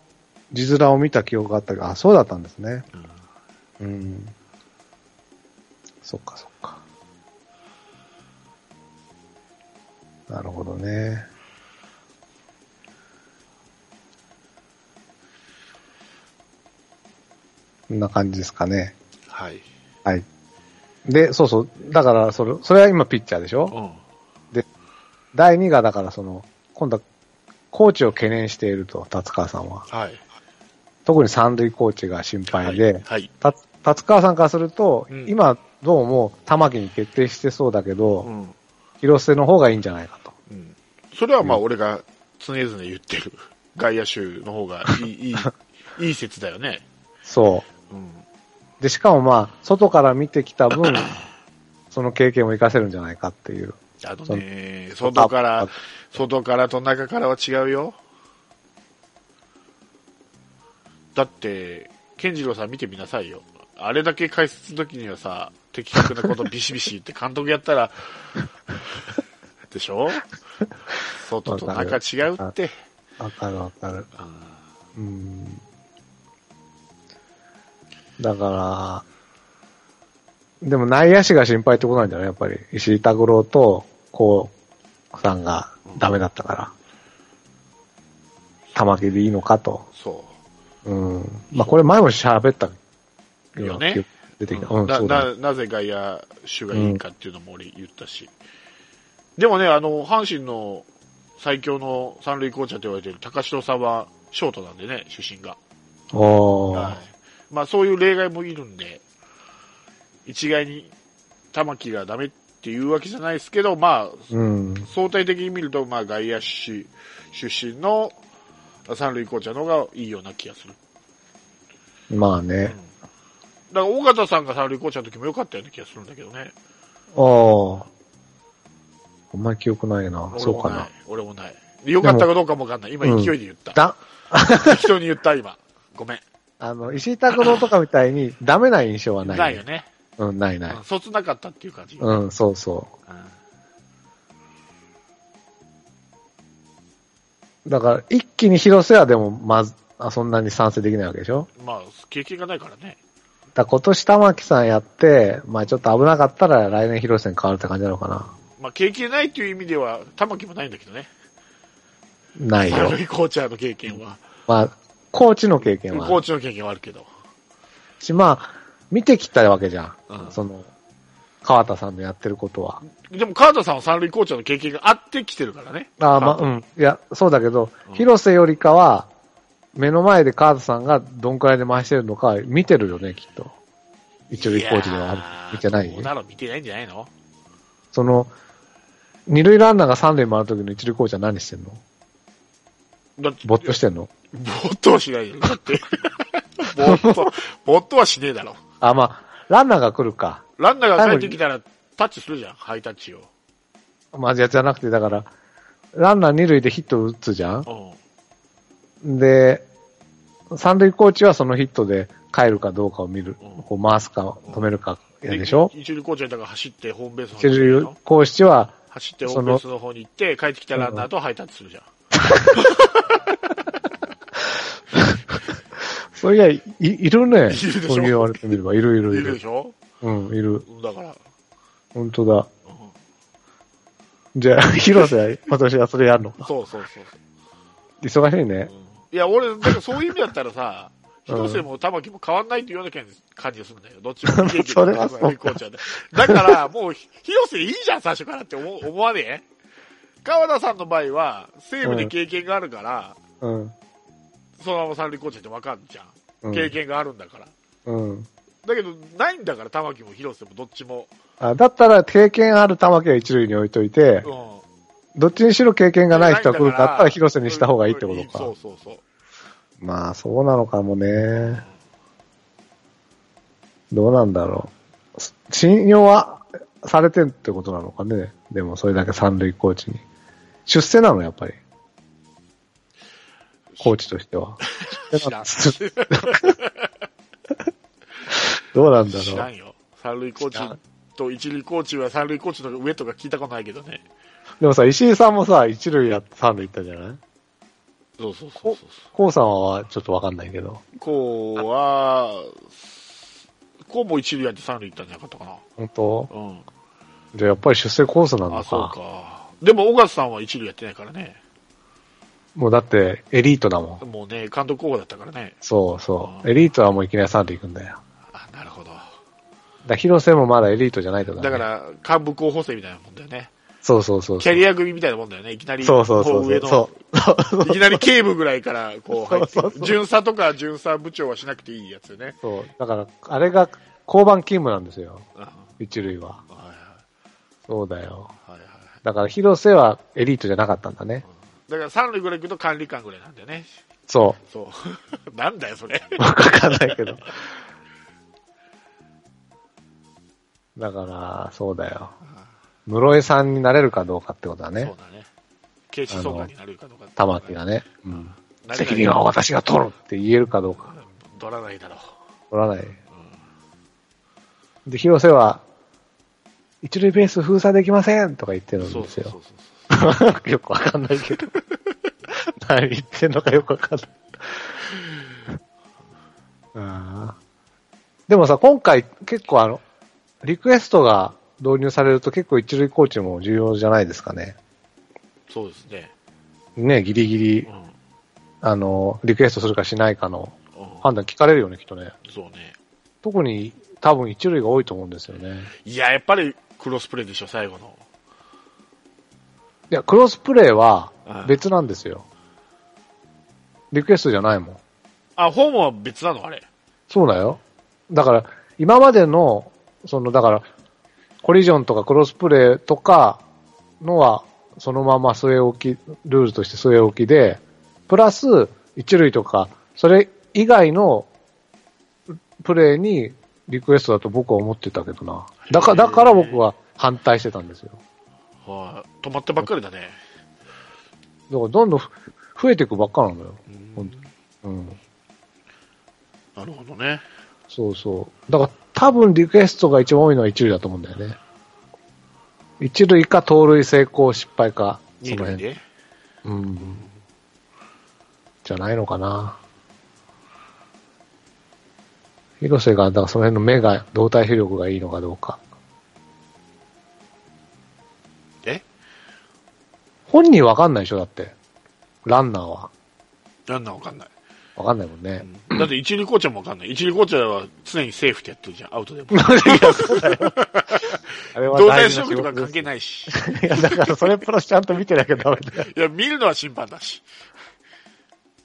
A: 字面を見た記憶があったけど、あ、そうだったんですね。
B: う
A: う
B: ん
A: ん。そっかそっか。なるほどね。こんな感じですかね。
B: はい。
A: はい。で、そうそう。だから、それ、それは今ピッチャーでしょ
B: うん。
A: 第2が、だからその、今度は、コーチを懸念していると、達川さんは。
B: はい。
A: 特に三塁コーチが心配で、
B: はい。
A: た達川さんからすると、
B: うん
A: 今、どうも、玉木に決定してそうだけど、
B: うん。
A: 広瀬の方がいいんじゃないかと。
B: うん。それはまあ、俺が常々言ってる。外野手の方がいい、いい、いい説だよね。
A: そ
B: うん。
A: う。で、しかもまあ、外から見てきた 分、その経験を活かせるんじゃないかっていう。
B: あのね、外から、外からと中からは違うよ。だって、健次郎さん見てみなさいよ。あれだけ解説の時にはさ、的確なことビシビシ言って監督やったら、でしょ外と中違うって。
A: わかるわかる。うん。だから、でも内野手が心配ってことなんじゃないやっぱり。石井拓郎と、こう、さんがダメだったから。玉木でいいのかと。
B: そ
A: うん。まあこれ前も喋った
B: う。よね。
A: 出てきた。
B: う
A: うんん、
B: な
A: そうだね。
B: ななぜ外野手がいいかっていうのも俺言ったし、でもね、あの阪神の最強の三塁コーチャーと言われてる高城さんはショートなんでね、出身が、
A: おー
B: はいまあ、そういう例外もいるんで、一概に玉木がダメっていうわけじゃないですけど、まあ、
A: うん。
B: 相対的に見ると、まあ、外野手出身の三塁コーチャーの方がいいような気がする。
A: まあね。
B: だから、尾形さんが三塁コーチャーの時も良かったような気がするんだけどね。
A: ああ。あんまり記憶ないな。
B: 俺
A: そう
B: も
A: か
B: ない
A: な。。
B: 俺もない。よかったかどうかもわかんない。今
A: うん
B: 勢いで言った。
A: だ、
B: 適当に言った、今。ごめん。
A: あの、石井拓郎とかみたいに、ダメな印象は ない、
B: ないよね。
A: うん、ないない
B: うん。そつなかったっていう感じ。うん
A: うん、そうそ
B: は
A: う。だから、一気に広瀬はでも、まず、あそんなに賛成できないわけでしょ
B: まあ、経験がないからね。
A: だから今年玉木さんやって、まあちょっと危なかったら来年広瀬に変わるって感じなのかな
B: まあ、経験ないっていう意味では、玉木もないんだけどね。
A: ないよ
B: 悪。いコーチャーの経験は。
A: まあ、コーチの経
B: コ
A: 験はあ
B: ー
A: る
B: チの経験はあるけど。
A: し、まあ、見てきたわけじゃん。
B: うん
A: その、川田さんのやってることは。
B: でも、川田さんは三塁コーチャーの経験があってきてるからね。
A: ああ、まあ、
B: 川田
A: うん。いや、そうだけど、
B: うん
A: 広瀬よりかは、目の前で川田さんがどんくらいで回してるのか見てるよね、きっと。一塁コーチで
B: いや
A: は
B: ー
A: 見てない
B: どうだろう見てないんじゃないの
A: その、二塁ランナーが三塁回るときの一塁コーチは何してんの
B: だって、
A: ぼっとしてんの
B: ぼっとはしないよ。だって。ぼっと、ぼっとはしねえ だろ。
A: あ、まあ、ランナーが来るか。
B: ランナーが帰ってきたら、タッチするじゃん、ハイタッチを。
A: まあ、じゃじゃなくて、だから、ランナー二塁でヒット打つじゃん
B: うん。
A: で、三塁コーチはそのヒットで、帰るかどうかを見る。こう回すか、止めるか、やでしょ
B: 一塁コーチはだから走ってホームベースの
A: チ
B: 方に行く
A: ル
B: の
A: コーチは、
B: 走ってホームベースの方に行って、帰ってきたランナーと配達するじゃん。
A: そういや、いいるね。
B: いるでしょ
A: そう言われてみれば、いるいる
B: い
A: い
B: るで
A: る。
B: しょ
A: うん、いる。
B: だから、
A: 本当だ。じゃあ、 広瀬は今年はそれやるのか。
B: そうそうそう。
A: 忙しいね。
B: いや、俺、だからそういう意味だったらさ、
A: うん
B: 広瀬も玉木も変わんないっていうような感じがするんだよ。どっちも元気
A: それはそうか
B: 絶好調でだから、もう、ひ広瀬いいじゃん、最初からって思思わねえ川田さんの場合は、西部で経験があるから、
A: うん。
B: そのまま三塁コーチってわかんじゃ。
A: うんん
B: 経験があるんだから。
A: うん。
B: だけど、ないんだから、玉木も広瀬もどっちも。
A: あだったら、経験ある玉木は一塁に置いといて、
B: うん。
A: どっちにしろ経験がない人が来るかあったら
B: ないんだ
A: 広瀬にした方がいいってこと
B: そ
A: か
B: う。そうそう。
A: まあ、そうなのかもね。どうなんだろう。す信用はされてるってことなのかね。でも、それだけ三塁コーチに。出世なの、やっぱり。コーチとしては。
B: 知らん。
A: どうなんだ
B: 知ら
A: ろう。
B: んよ。三塁コーチと一塁コーチは三塁コーチの上とか聞いたことないけどね。
A: でもさ、石井さんもさ、一塁やって三塁行ったじゃない
B: そうそうそうそう。
A: コウさんはちょっとわかんないけど。
B: こうは、こうも一塁やって三塁行ったんじゃなかったかな。
A: 本当
B: うん。
A: じゃあやっぱり出世コースなの
B: あ、
A: か。
B: そうか。でも、小笠さんは一塁やってないからね。
A: もうだって、エリートだもん。
B: もうね、監督候補だったからね。
A: そうそ
B: あ
A: う。エリートはもういきなり三塁行くんだよ。だか
B: あ、なるほど。
A: ら広瀬もまだエリートじゃないと
B: だか。ら、幹部候補生みたいなもんだよね。
A: そうそうそう
B: キ
A: そ
B: ャ
A: う。
B: リア組みたいなもんだよね。いきなり、
A: そうそうそ
B: こう上
A: う
B: の
A: そう。
B: いきなり警部ぐらいから、こう入って
A: そうそうそ、う
B: 巡査とか巡査部長はしなくていいやつよね。
A: そう。だから、あれが交番勤務なんですよ。
B: うんは
A: 一塁は。
B: いはい
A: そうだよ。
B: はいはい。
A: だから広瀬はエリートじゃなかったんだね。
B: だから三塁ぐらい行くと管理官ぐらいなんだよね。
A: そ
B: そう。 なんだよ、それ。
A: う。わかんないけど。だから、そうだよ。室井さんになれるかどうかってことだ
B: そ
A: ね
B: う。だね。警視総監になるかどうか。
A: 玉木がね。うん。
B: なれない
A: 責任は私が取るって言えるかどうか。
B: 取らないだろう。
A: 取らない。で、広瀬は、一塁ベース封鎖できませんとか言ってるん
B: そう
A: です
B: そう
A: よ
B: そう。そ う。
A: よくわかんないけど。何言ってんのかよくわかんない。 ああでもさ、今回結構あの、リクエストが導入されると結構一塁コーチも重要じゃないですかね。
B: そうですね。
A: ね、ギリギリ
B: う、ん。うん
A: あの、リクエストするかしないかの判断聞かれるよね、きっとね。
B: そうね。
A: 特に多分一塁が多いと思うんですよね。
B: いや、やっぱりクロスプレーでしょ、最後の。
A: いや、クロスプレーは
B: うん
A: 別なんですよ。リクエストじゃないもん。
B: あ、ホームは別なのあれ。
A: そうだよ。だから、今までの、その、だから、コリジョンとかクロスプレーとかのは、そのまま据え置き、ルールとして据え置きで、プラス、一塁とか、それ以外のプレーにリクエストだと僕は思ってたけどな。だから、だから僕は反対してたんですよ。
B: はい。止まったばっかりだね。
A: だから、どんどんふ増えていくばっかなのよ。ほんうん。
B: なるほどね。
A: そうそう。だから多分リクエストが一番多いのは一塁だと思うんだよね。一塁か盗塁成功失敗か。そ
B: 二
A: の
B: 塁
A: 辺。
B: で。
A: うん。じゃないのかな。広瀬が、だからその辺の目が、動体視力がいいのかどうか。
B: え
A: 本人わかんないでしょだって。ランナーは。
B: なんなんわかんない。
A: わかんないもんね。
B: だって一塁コーチはもわかんない。一塁コーチは常にセーフってやってるじゃん、アウト でも。
A: あれは
B: 動体
A: 大
B: 視
A: 事な仕
B: 力とか
A: 事で
B: 関
A: す
B: 係ないし。
A: い や、だからそれプラスちゃんと見てなきゃダメだよ。
B: いや、見るのは審判だし。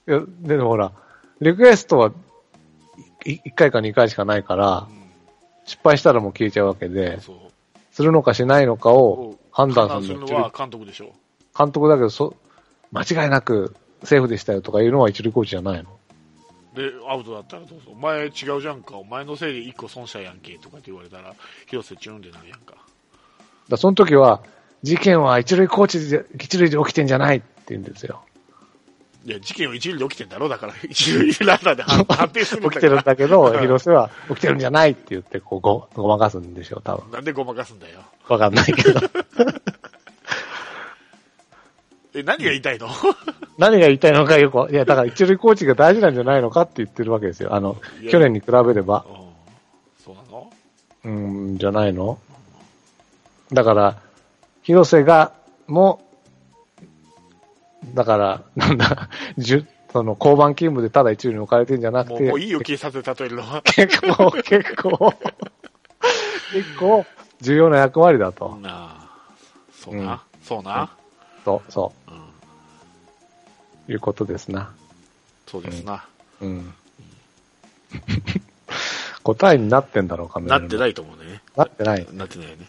A: いや、でもほら、リクエストはいい1回か2回しかないから、失敗したらもう消えちゃうわけで、
B: そう。
A: するのかしないのかを判断するの
B: 判断するのは監督でしょ。
A: 監督だけどそ、間違いなくセーフでしたよとかいうのは一塁コーチじゃないの
B: で、アウトだったらどうぞ。お前違うじゃんか。お前のせいで一個損したやんけ。とかって言われたら、広瀬チュンってなるやんか。
A: だその時は、事件は一塁コーチで、一塁で起きてんじゃないって言うんですよ。
B: いや、事件は一塁で起きてんだろだから、 一塁ランナー で判判定する
A: 起
B: んだ
A: き
B: か
A: てるん
B: ら。
A: だけ ど、広瀬は起きてるんじゃないって言って、こうご、ごまかすんでしょう、多分。
B: なんでごまかすんだよ。
A: わかんないけど。
B: え、何が言 いたいの
A: 何が言いたいのかよく、いや、だから一塁コーチが大事なんじゃないのかって言ってるわけですよ。あの
B: い、や
A: 去年に比べれば
B: う。ん。そうなの
A: うん、じゃないのだから、広瀬が、も、だから、なんだ、じゅ、その、交番勤務でただ一塁に置かれてんじゃなく
B: もう
A: て、
B: もういいよ、警察で例える のは。
A: 結構、結構、結構、重要な役割だと。
B: なあそうな。そうな。
A: そう、そ
B: うん。
A: う、いうことですな。
B: そうですな。
A: うん。 答えになってんだろうか、メ
B: な
A: ール
B: っ
A: の
B: てないと思うね。
A: なってない。
B: なってないよね。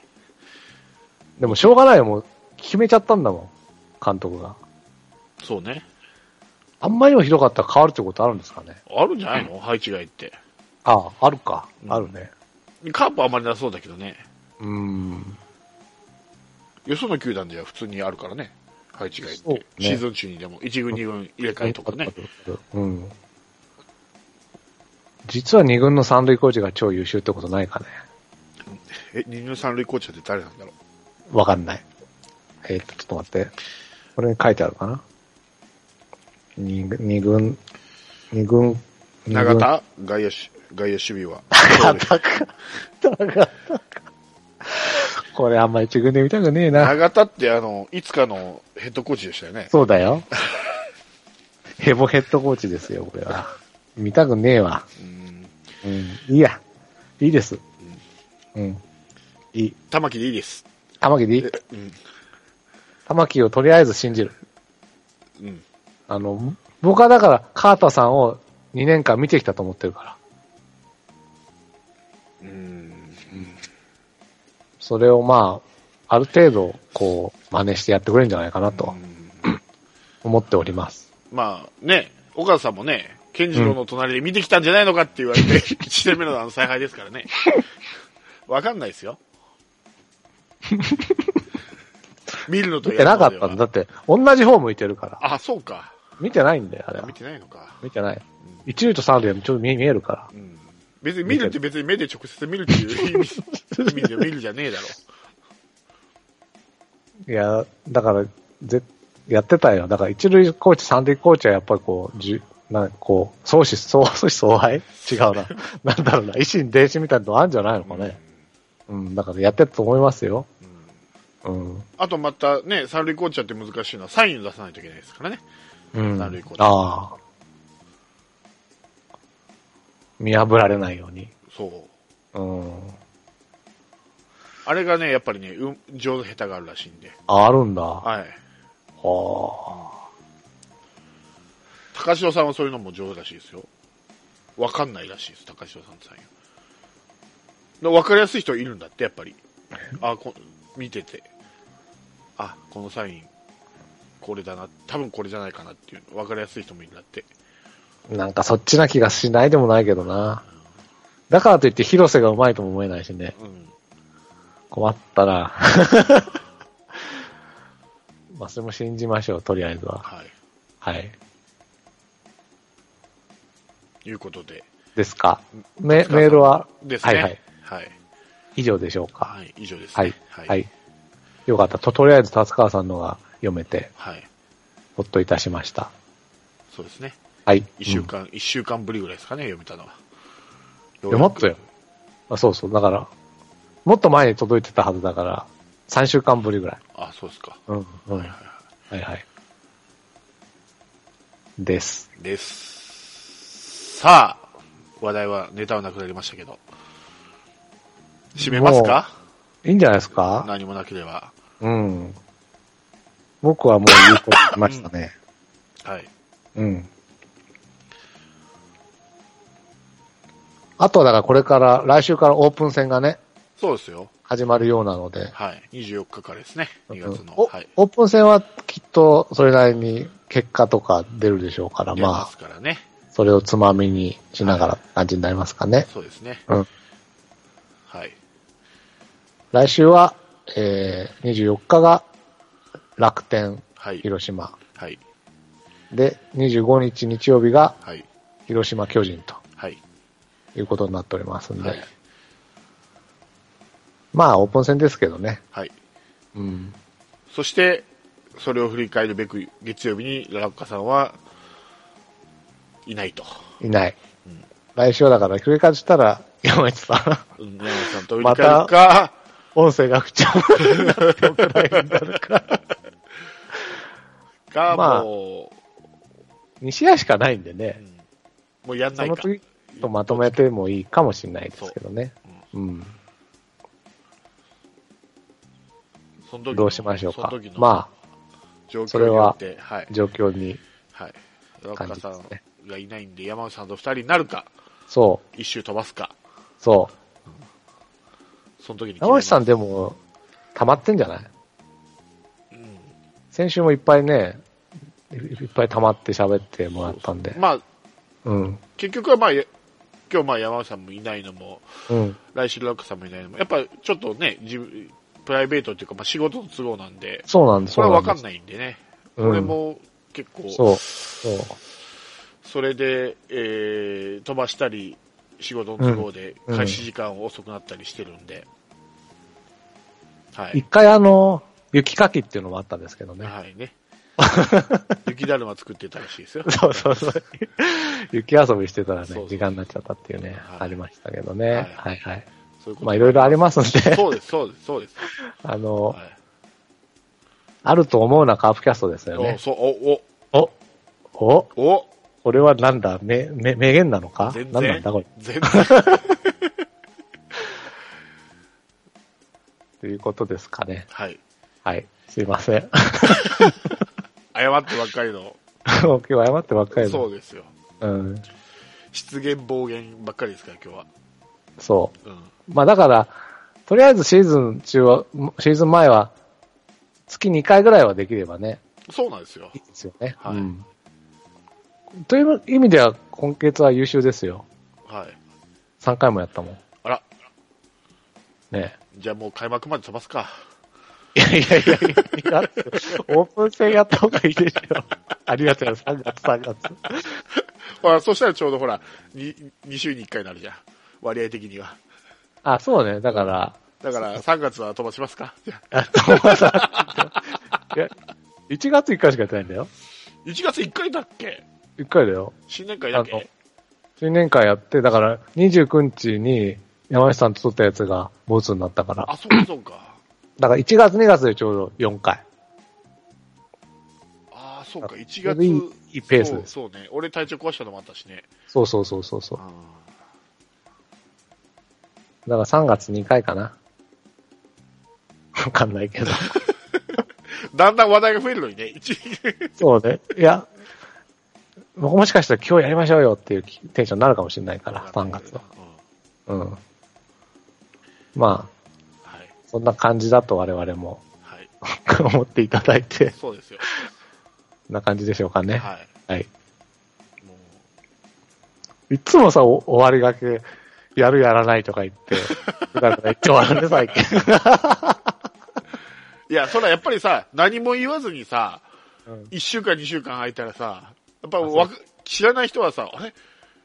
A: でも、しょうがないよ、もう、決めちゃったんだもん、監督が。
B: そうね。
A: あんまりにもひどかったら変わるってことあるんですかね。
B: あるんじゃないの配置がいって。
A: ああ、あるか。
B: うん
A: あるね。
B: カープはあんまりなそうだけどね。
A: うーん。
B: よその球団では普通にあるからね。配置がいっ
A: そう
B: て
A: ね。
B: シーズン中にでも1軍2軍入れ替えとかね。
A: うん。実は二軍の三塁コーチが超優秀ってことないかね。
B: え、二軍三塁コーチって誰なんだろう
A: わかんない。えーっと、ちょっと待って。これに書いてあるかな。二軍、二軍、二軍、二軍
B: 永田外野手、外野守備は。
A: 長田か。長田か。これあんま一軍で見たくねえな。
B: 永田ってあの、いつかのヘッドコーチでしたよね。
A: そうだよ。ヘボヘッドコーチですよ、これは。見たくねえわ。
B: うん
A: うん。いいや。いいです。うん。いい。
B: 玉木でいいです。
A: 玉木でいい
B: うん。
A: 玉木をとりあえず信じる。
B: うん。
A: あの、僕はだから、カーターさんを2年間見てきたと思ってるから。
B: うん。
A: それをまあ、ある程度、こう、真似してやってくれるんじゃないかなと思っております。
B: まあね、岡田さんもね、健次郎の隣で見てきたんじゃないのかって言わ れて、1年目のあの采配ですからね。わかんないですよ。見るのと
A: 見てなかっ
B: や
A: た
B: る
A: ん
B: の
A: だ。だ
B: では
A: って、同じ方向いてるから。
B: あ、そうか。
A: 見てないんだよ、あれは
B: 見。てないのか。
A: 見てない。一塁と三塁はちょっと見見えるから。
B: うん。別に見るって別に目で直接見るっていう意味意味で見るじゃねえだろ。
A: いや、だから、ぜ、やってたよ。だから、一塁コーチ、三塁コーチはやっぱりこう、じゅ、なんかこう、相思、相相思相愛違うな。なんだろうな。維新伝心みたいなのあるんじゃないのかね。うん、だからやってたと思いますよ。うん。
B: あとまたね、三塁コーチだって難しいのはサインを出さないといけないですからね。
A: うん。
B: 三塁コーチ
A: ああ。見破られないように。
B: そう。
A: うん。
B: あれがね、やっぱりね、うん上手下手があるらしいんで。
A: あ、あるんだ。あ
B: はい。
A: あ。
B: 高城さんはそういうのも上手らしいですよ。わかんないらしいです、高城さんのサインは。わかりやすい人いるんだって、やっぱり。あこ見てて。あ、このサイン、これだな。多分これじゃないかなっていう。わかりやすい人もいるんだって。
A: なんかそっちな気がしないでもないけどな。だからといって広瀬がうまいとも思えないしね。
B: うん。
A: 困ったな。 まあ、それも信じましょう、とりあえずは。
B: はい。
A: はい。
B: いうことで。
A: ですか。メ
B: 塚さん
A: メールは
B: ですね。
A: は
B: はいい、
A: は
B: はいい。はい。
A: 以上でしょうか。
B: 以上です、
A: は
B: ね。
A: い。はい。よかった。と、とりあえず、達川さんのが読めて、
B: はい。
A: ほっといたしました。
B: そうですね。
A: はい。
B: 一週
A: うん
B: 間、一、週間ぶりぐらいですかね、読めたのは。
A: いや、もっとよ。あそうそう。だから、もっと前に届いてたはずだから、3週間ぶりぐらい。
B: あ、そうですか。
A: うん。うん。は
B: はいい
A: はい。です。
B: です。さあ、話題は、ネタはなくなりましたけど。締めますか
A: いいんじゃないですか
B: 何もなければ。
A: うん。僕はもう言うこと言いましたね。
B: はい。
A: うん。あとはだからこれから、来週からオープン戦がね、
B: そうですよ。
A: 始まるようなので。
B: はい。24日からですね。2月の。
A: お
B: はい。
A: オープン戦はきっとそれなりに結果とか出るでしょうから、
B: 出ま
A: ます
B: からね。
A: あ、それをつまみにしながら感じになりますかね。
B: そうですね。
A: うん。
B: はい。
A: 来週は、えー、24日が楽天、
B: はい。
A: 広島。
B: はい。
A: で、25日日曜日が
B: はい。
A: 広島巨人と
B: はい。
A: いうことになっておりますんで、
B: はい。
A: まあオープン戦ですけどね。
B: はい。
A: うん。
B: そして、それを振り返るべく、月曜日にララッカさんはいないと。
A: いない。来週はだから、ひっくり返した ら、山内さん、
B: うん、山本さんと振り返るか、
A: 音声が不調 になっておくらいになるから。
B: が、
A: まあ
B: も
A: 2試合しかないんでね、
B: う、もうやんな
A: そ
B: い
A: の
B: か。
A: 時とまとめてもいいかもしれないですけどね。うん。
B: その時の
A: どうしましょうか
B: その時。の
A: ま
B: 状
A: そ
B: 況
A: れ
B: に
A: は
B: よって、はい
A: あ、。状況に、
B: はい。ラッカ
A: 感
B: さ
A: じですね
B: んがいないんで、山内さんと二人になるか、
A: そ
B: 一周飛ばすか、
A: う、そう。
B: その時に決め
A: 山
B: ま
A: 内
B: す
A: さんでも、溜まってんじゃない、先週もいっぱいね、いいっぱい溜まって喋ってもらったんで。
B: まあ、
A: うん。
B: 結局はまあ、や今日まあ山内さんもいないのも、
A: うん。
B: 来週ラッカさんもいないのも、やっぱちょっとね、自分、プライベートっていうか、まあ仕事の都合なんで、
A: そうなんです。
B: それはわか
A: そ
B: んないんでね。
A: うん
B: 俺も結
A: う
B: 構、
A: なんです。そう。そう。
B: それで、えー飛ばしたり、仕事の都合で
A: うん
B: 開始時間を遅くなったりしてるんで。は
A: 一
B: い。
A: 回あの、雪かきっていうのもあったんですけどね。
B: は いね。雪だるま作ってたらしいですよ。
A: そうそう そう。雪遊びしてたら
B: そうそ
A: ね
B: う、
A: 時間になっちゃったっていうね、
B: はい
A: ありましたけどね。
B: はい
A: はいはい。
B: そういうこと。
A: まあいろいろありますんで、
B: そうです、そうです、そうです。
A: あの、
B: はい
A: あると思うなカープキャストですよ
B: お
A: ね。
B: そう、お、
A: お、お、
B: お、お、
A: これはなんだめ、め、名言なのか
B: 全
A: なん
B: 然。
A: なんだこれ。
B: 全然。
A: ということですかね。
B: はい。
A: はい。すいません。
B: 謝ってばっかりの。
A: 今日謝ってばっかりだ
B: そうですよ。
A: うん。
B: 失言暴言ばっかりですから、今日は。
A: そう。
B: うん。
A: まあだから、とりあえずシーズン中は、シーズン前は、月2回ぐらいはできればね、
B: そうなんですよ
A: いい。ですよね。
B: はい
A: うんという意味では、今月は優秀ですよ。
B: はい。
A: 3回もやったもん。
B: あら、
A: ね
B: じゃあもう開幕まで飛ばすか。
A: いやいやいやいや、オープン戦やった方がいいでしょ。ありがとうございます。3月、3月。
B: あ、そしたらちょうどほら、2, 2週に1回になるじゃん。割合的には。
A: あ、そうね。だから、
B: だから3月は飛ばしますか。じゃあ
A: あとまだいや、1月1回しかやってないんだよ。
B: 1月1回だっけ
A: 1回だよ。
B: 新年会だっけ
A: 新年会やって、だから29日に山下さんと撮ったやつがボツになったから
B: あ、。そうかそうか。
A: だから1月2月でちょうど4回。
B: ああ、そうか、1
A: それ
B: 月。
A: でいいいいペースです
B: そうそうね。俺体調壊したのもあったしね。
A: そうそうそうそうそう。
B: あ
A: だから3月2回かな。わかんない けど。
B: ーだんだん話題が増えるのにね。一
A: そうね。いや、僕もしかしたら今日やりましょうよっていうテンションになるかもしれないから、3月は。
B: うん
A: うん。まあ、
B: はい。
A: そんな感じだと我々も
B: はい。
A: 思っていただいて、こ
B: そうですよ。
A: んな感じでしょうかね。は。
B: はいい。も
A: い、つもさ、お終わりがけ、やるやらないとか言 って、だから一応あるね、最近。
B: ういや、そらやっぱりさ、何も言わずにさ、
A: うん
B: 1週間2週間空いたらさ、やっぱわか知らない人はさ、あれ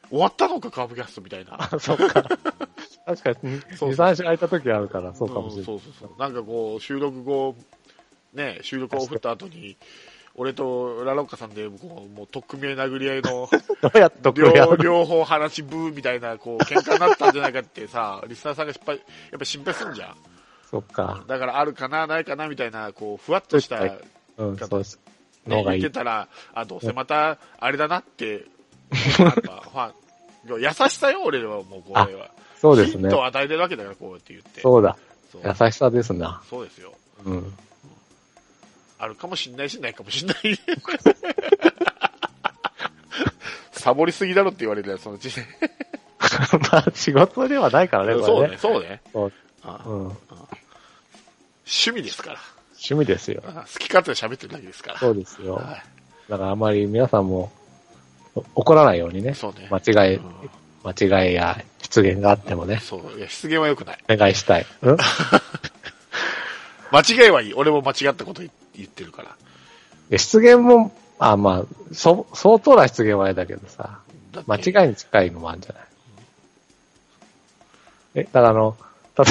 B: 終わったのか、カーブキャストみたいな。
A: あそうか。確かに、2、
B: そう
A: 3週空いた時あるから、そうかもしれ
B: ん
A: な
B: そ
A: い。
B: うそうそう。なんかこう、収録後、ね、収録を振った後に、俺とラロッカさんで、こう、もう、取っ組み合い殴り合いの、
A: どうやって得意や
B: 両、
A: る
B: 両方話しブーみたいな、こう、喧嘩になったんじゃないかってさ、 リスナーさんが失敗、やっぱ心配すんじゃん。
A: そっか。
B: だからあるかな、ないかな、みたいな、こう、ふわっとした、
A: は
B: ね
A: い、うん、そうです。の方
B: 言
A: がい
B: っ
A: い
B: て。たら、あ、どうせまた、あれだなって、やっ ぱ、ファン、優しさよ、俺は、もう、これは。
A: そうです
B: ヒン
A: ね
B: ト。を与えてるわけだから、こうやって言って。
A: そうだ。
B: そう
A: 優しさですな。
B: そうですよ。
A: うん。
B: あるかもしんないし、ないかもしんない。サボりすぎだろって言われるやつ、そのうちね。
A: まあ、仕事ではないからね、
B: そ
A: こ
B: う
A: れ
B: ね、
A: ね。
B: そうね。
A: そう
B: あ
A: うん。
B: 趣味ですから。
A: 趣味ですよ。
B: あ好き勝手喋ってるだけですから。
A: そうですよ。
B: は
A: だからあまり皆さんもお怒らないようにね。
B: そうね
A: 間違
B: い
A: い、間違いや失言があってもね。
B: そう。いや、失言は良くない。
A: お願いしたい。うん
B: 間違いはいい。俺も間違ったこと言言ってるから。
A: で失言もあ、まあ、そ、相当な失言はあれだけどさ、
B: だって
A: 間違いに近いのもあるんじゃないえ、だからあの、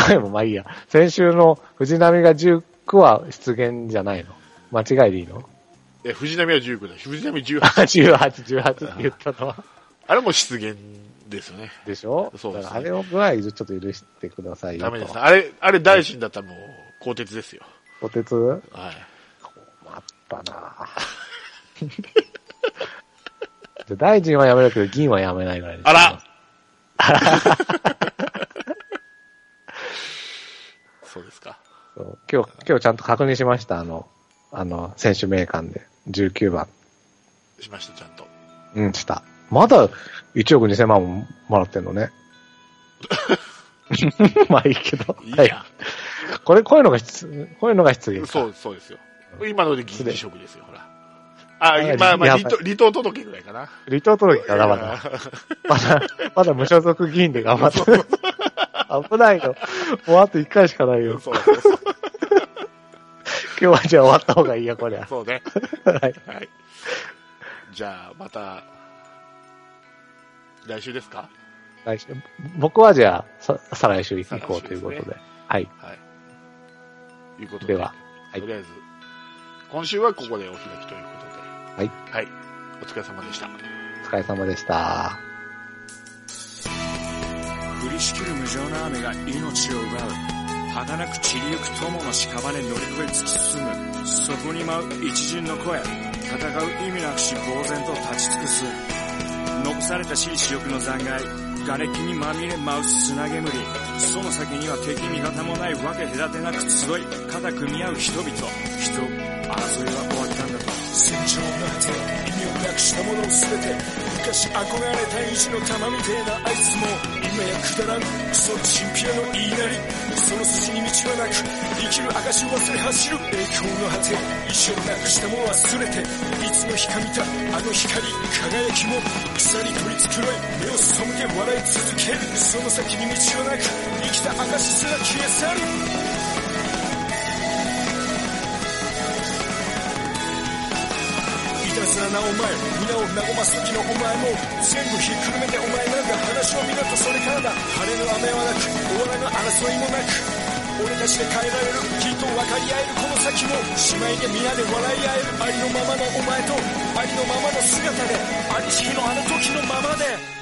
A: 例えばまあいいや、先週の藤波が19は失言じゃないの間違いでい いの
B: え、藤波は19だ。藤波
A: あ
B: 18。
A: 18、18って言ったのは。
B: あれも失言ですよね。
A: でしょ
B: そうですね
A: だからあれをぐらいちょっと許してくださいよ
B: ダ
A: と。
B: メですね。あれ、あれ大臣だったらもう、更迭ですよ。
A: お手つ
B: はい。
A: 困ったな じゃあ大臣は辞めるけど、議員は辞めないぐらいです
B: あらそうですか。
A: そう今日、今日ちゃんと確認しました、あの、あの、選手名鑑で、19番。
B: しました、ちゃんと。
A: うん、した。まだ1億2000万ももらってんのね。 まあいいけど。
B: いい
A: は
B: や
A: い。。これ、こういうのが失、こういうのが失礼。
B: そう、そうですよ。今ので議事職ですよ、ほら。
A: あい
B: あ、
A: や
B: まあまあ、
A: やばい
B: 離党離党届ぐらいかな。
A: 離党届がまだ。まだ、まだ無所属議員で頑張ってる。危ないよ。もうあと1回しかない
B: そう
A: よ。
B: そうそう。
A: 今日はじゃあ終わった方がいいや、こりゃ。
B: そうね。
A: はい。
B: はい。じゃあ、また、来週ですか
A: 来週。僕はじゃあ、さ再来週行こうということ
B: 再来週
A: で。
B: で
A: はい。
B: はい。いうことで、
A: では、はい
B: とりあえず、今週はここでお開きということで。
A: は
B: はい。はい。お疲れ様でした。
A: お疲れ様でした。
C: 降りしきる無情な雨が命を奪う儚く散りゆく友の屍乗り越え突き進むそこに舞う一陣の声戦う意味なくし呆然と立ち尽くす残された私利私欲の残骸瓦礫にまみれ舞う砂煙その先には敵味方もないわけ隔てなく集い肩組み合う人々人争いは終わったんだと戦場の果て意味をなくしたもの全て昔憧れた意地の玉みてえなあいつも今やくだらんクソチンピラの言いなりその筋に道はなく生きる証を忘れ走る栄光の果て意地をなくしたもの忘れていつの日か見たあの光輝きも草に取り繕い目を背け笑い続けるその先に道はなく生きた証すら消え去るいたずらなお前皆を和ます時のお前も全部ひっくるめてお前なんか話を見るとそれからだ晴れの雨はなく終わらぬ争いもなく俺たちで変えられるきっと分かり合えるこの先も姉妹で皆で笑い合えるありのままのお前とありのままの姿でありしきのあの時のままで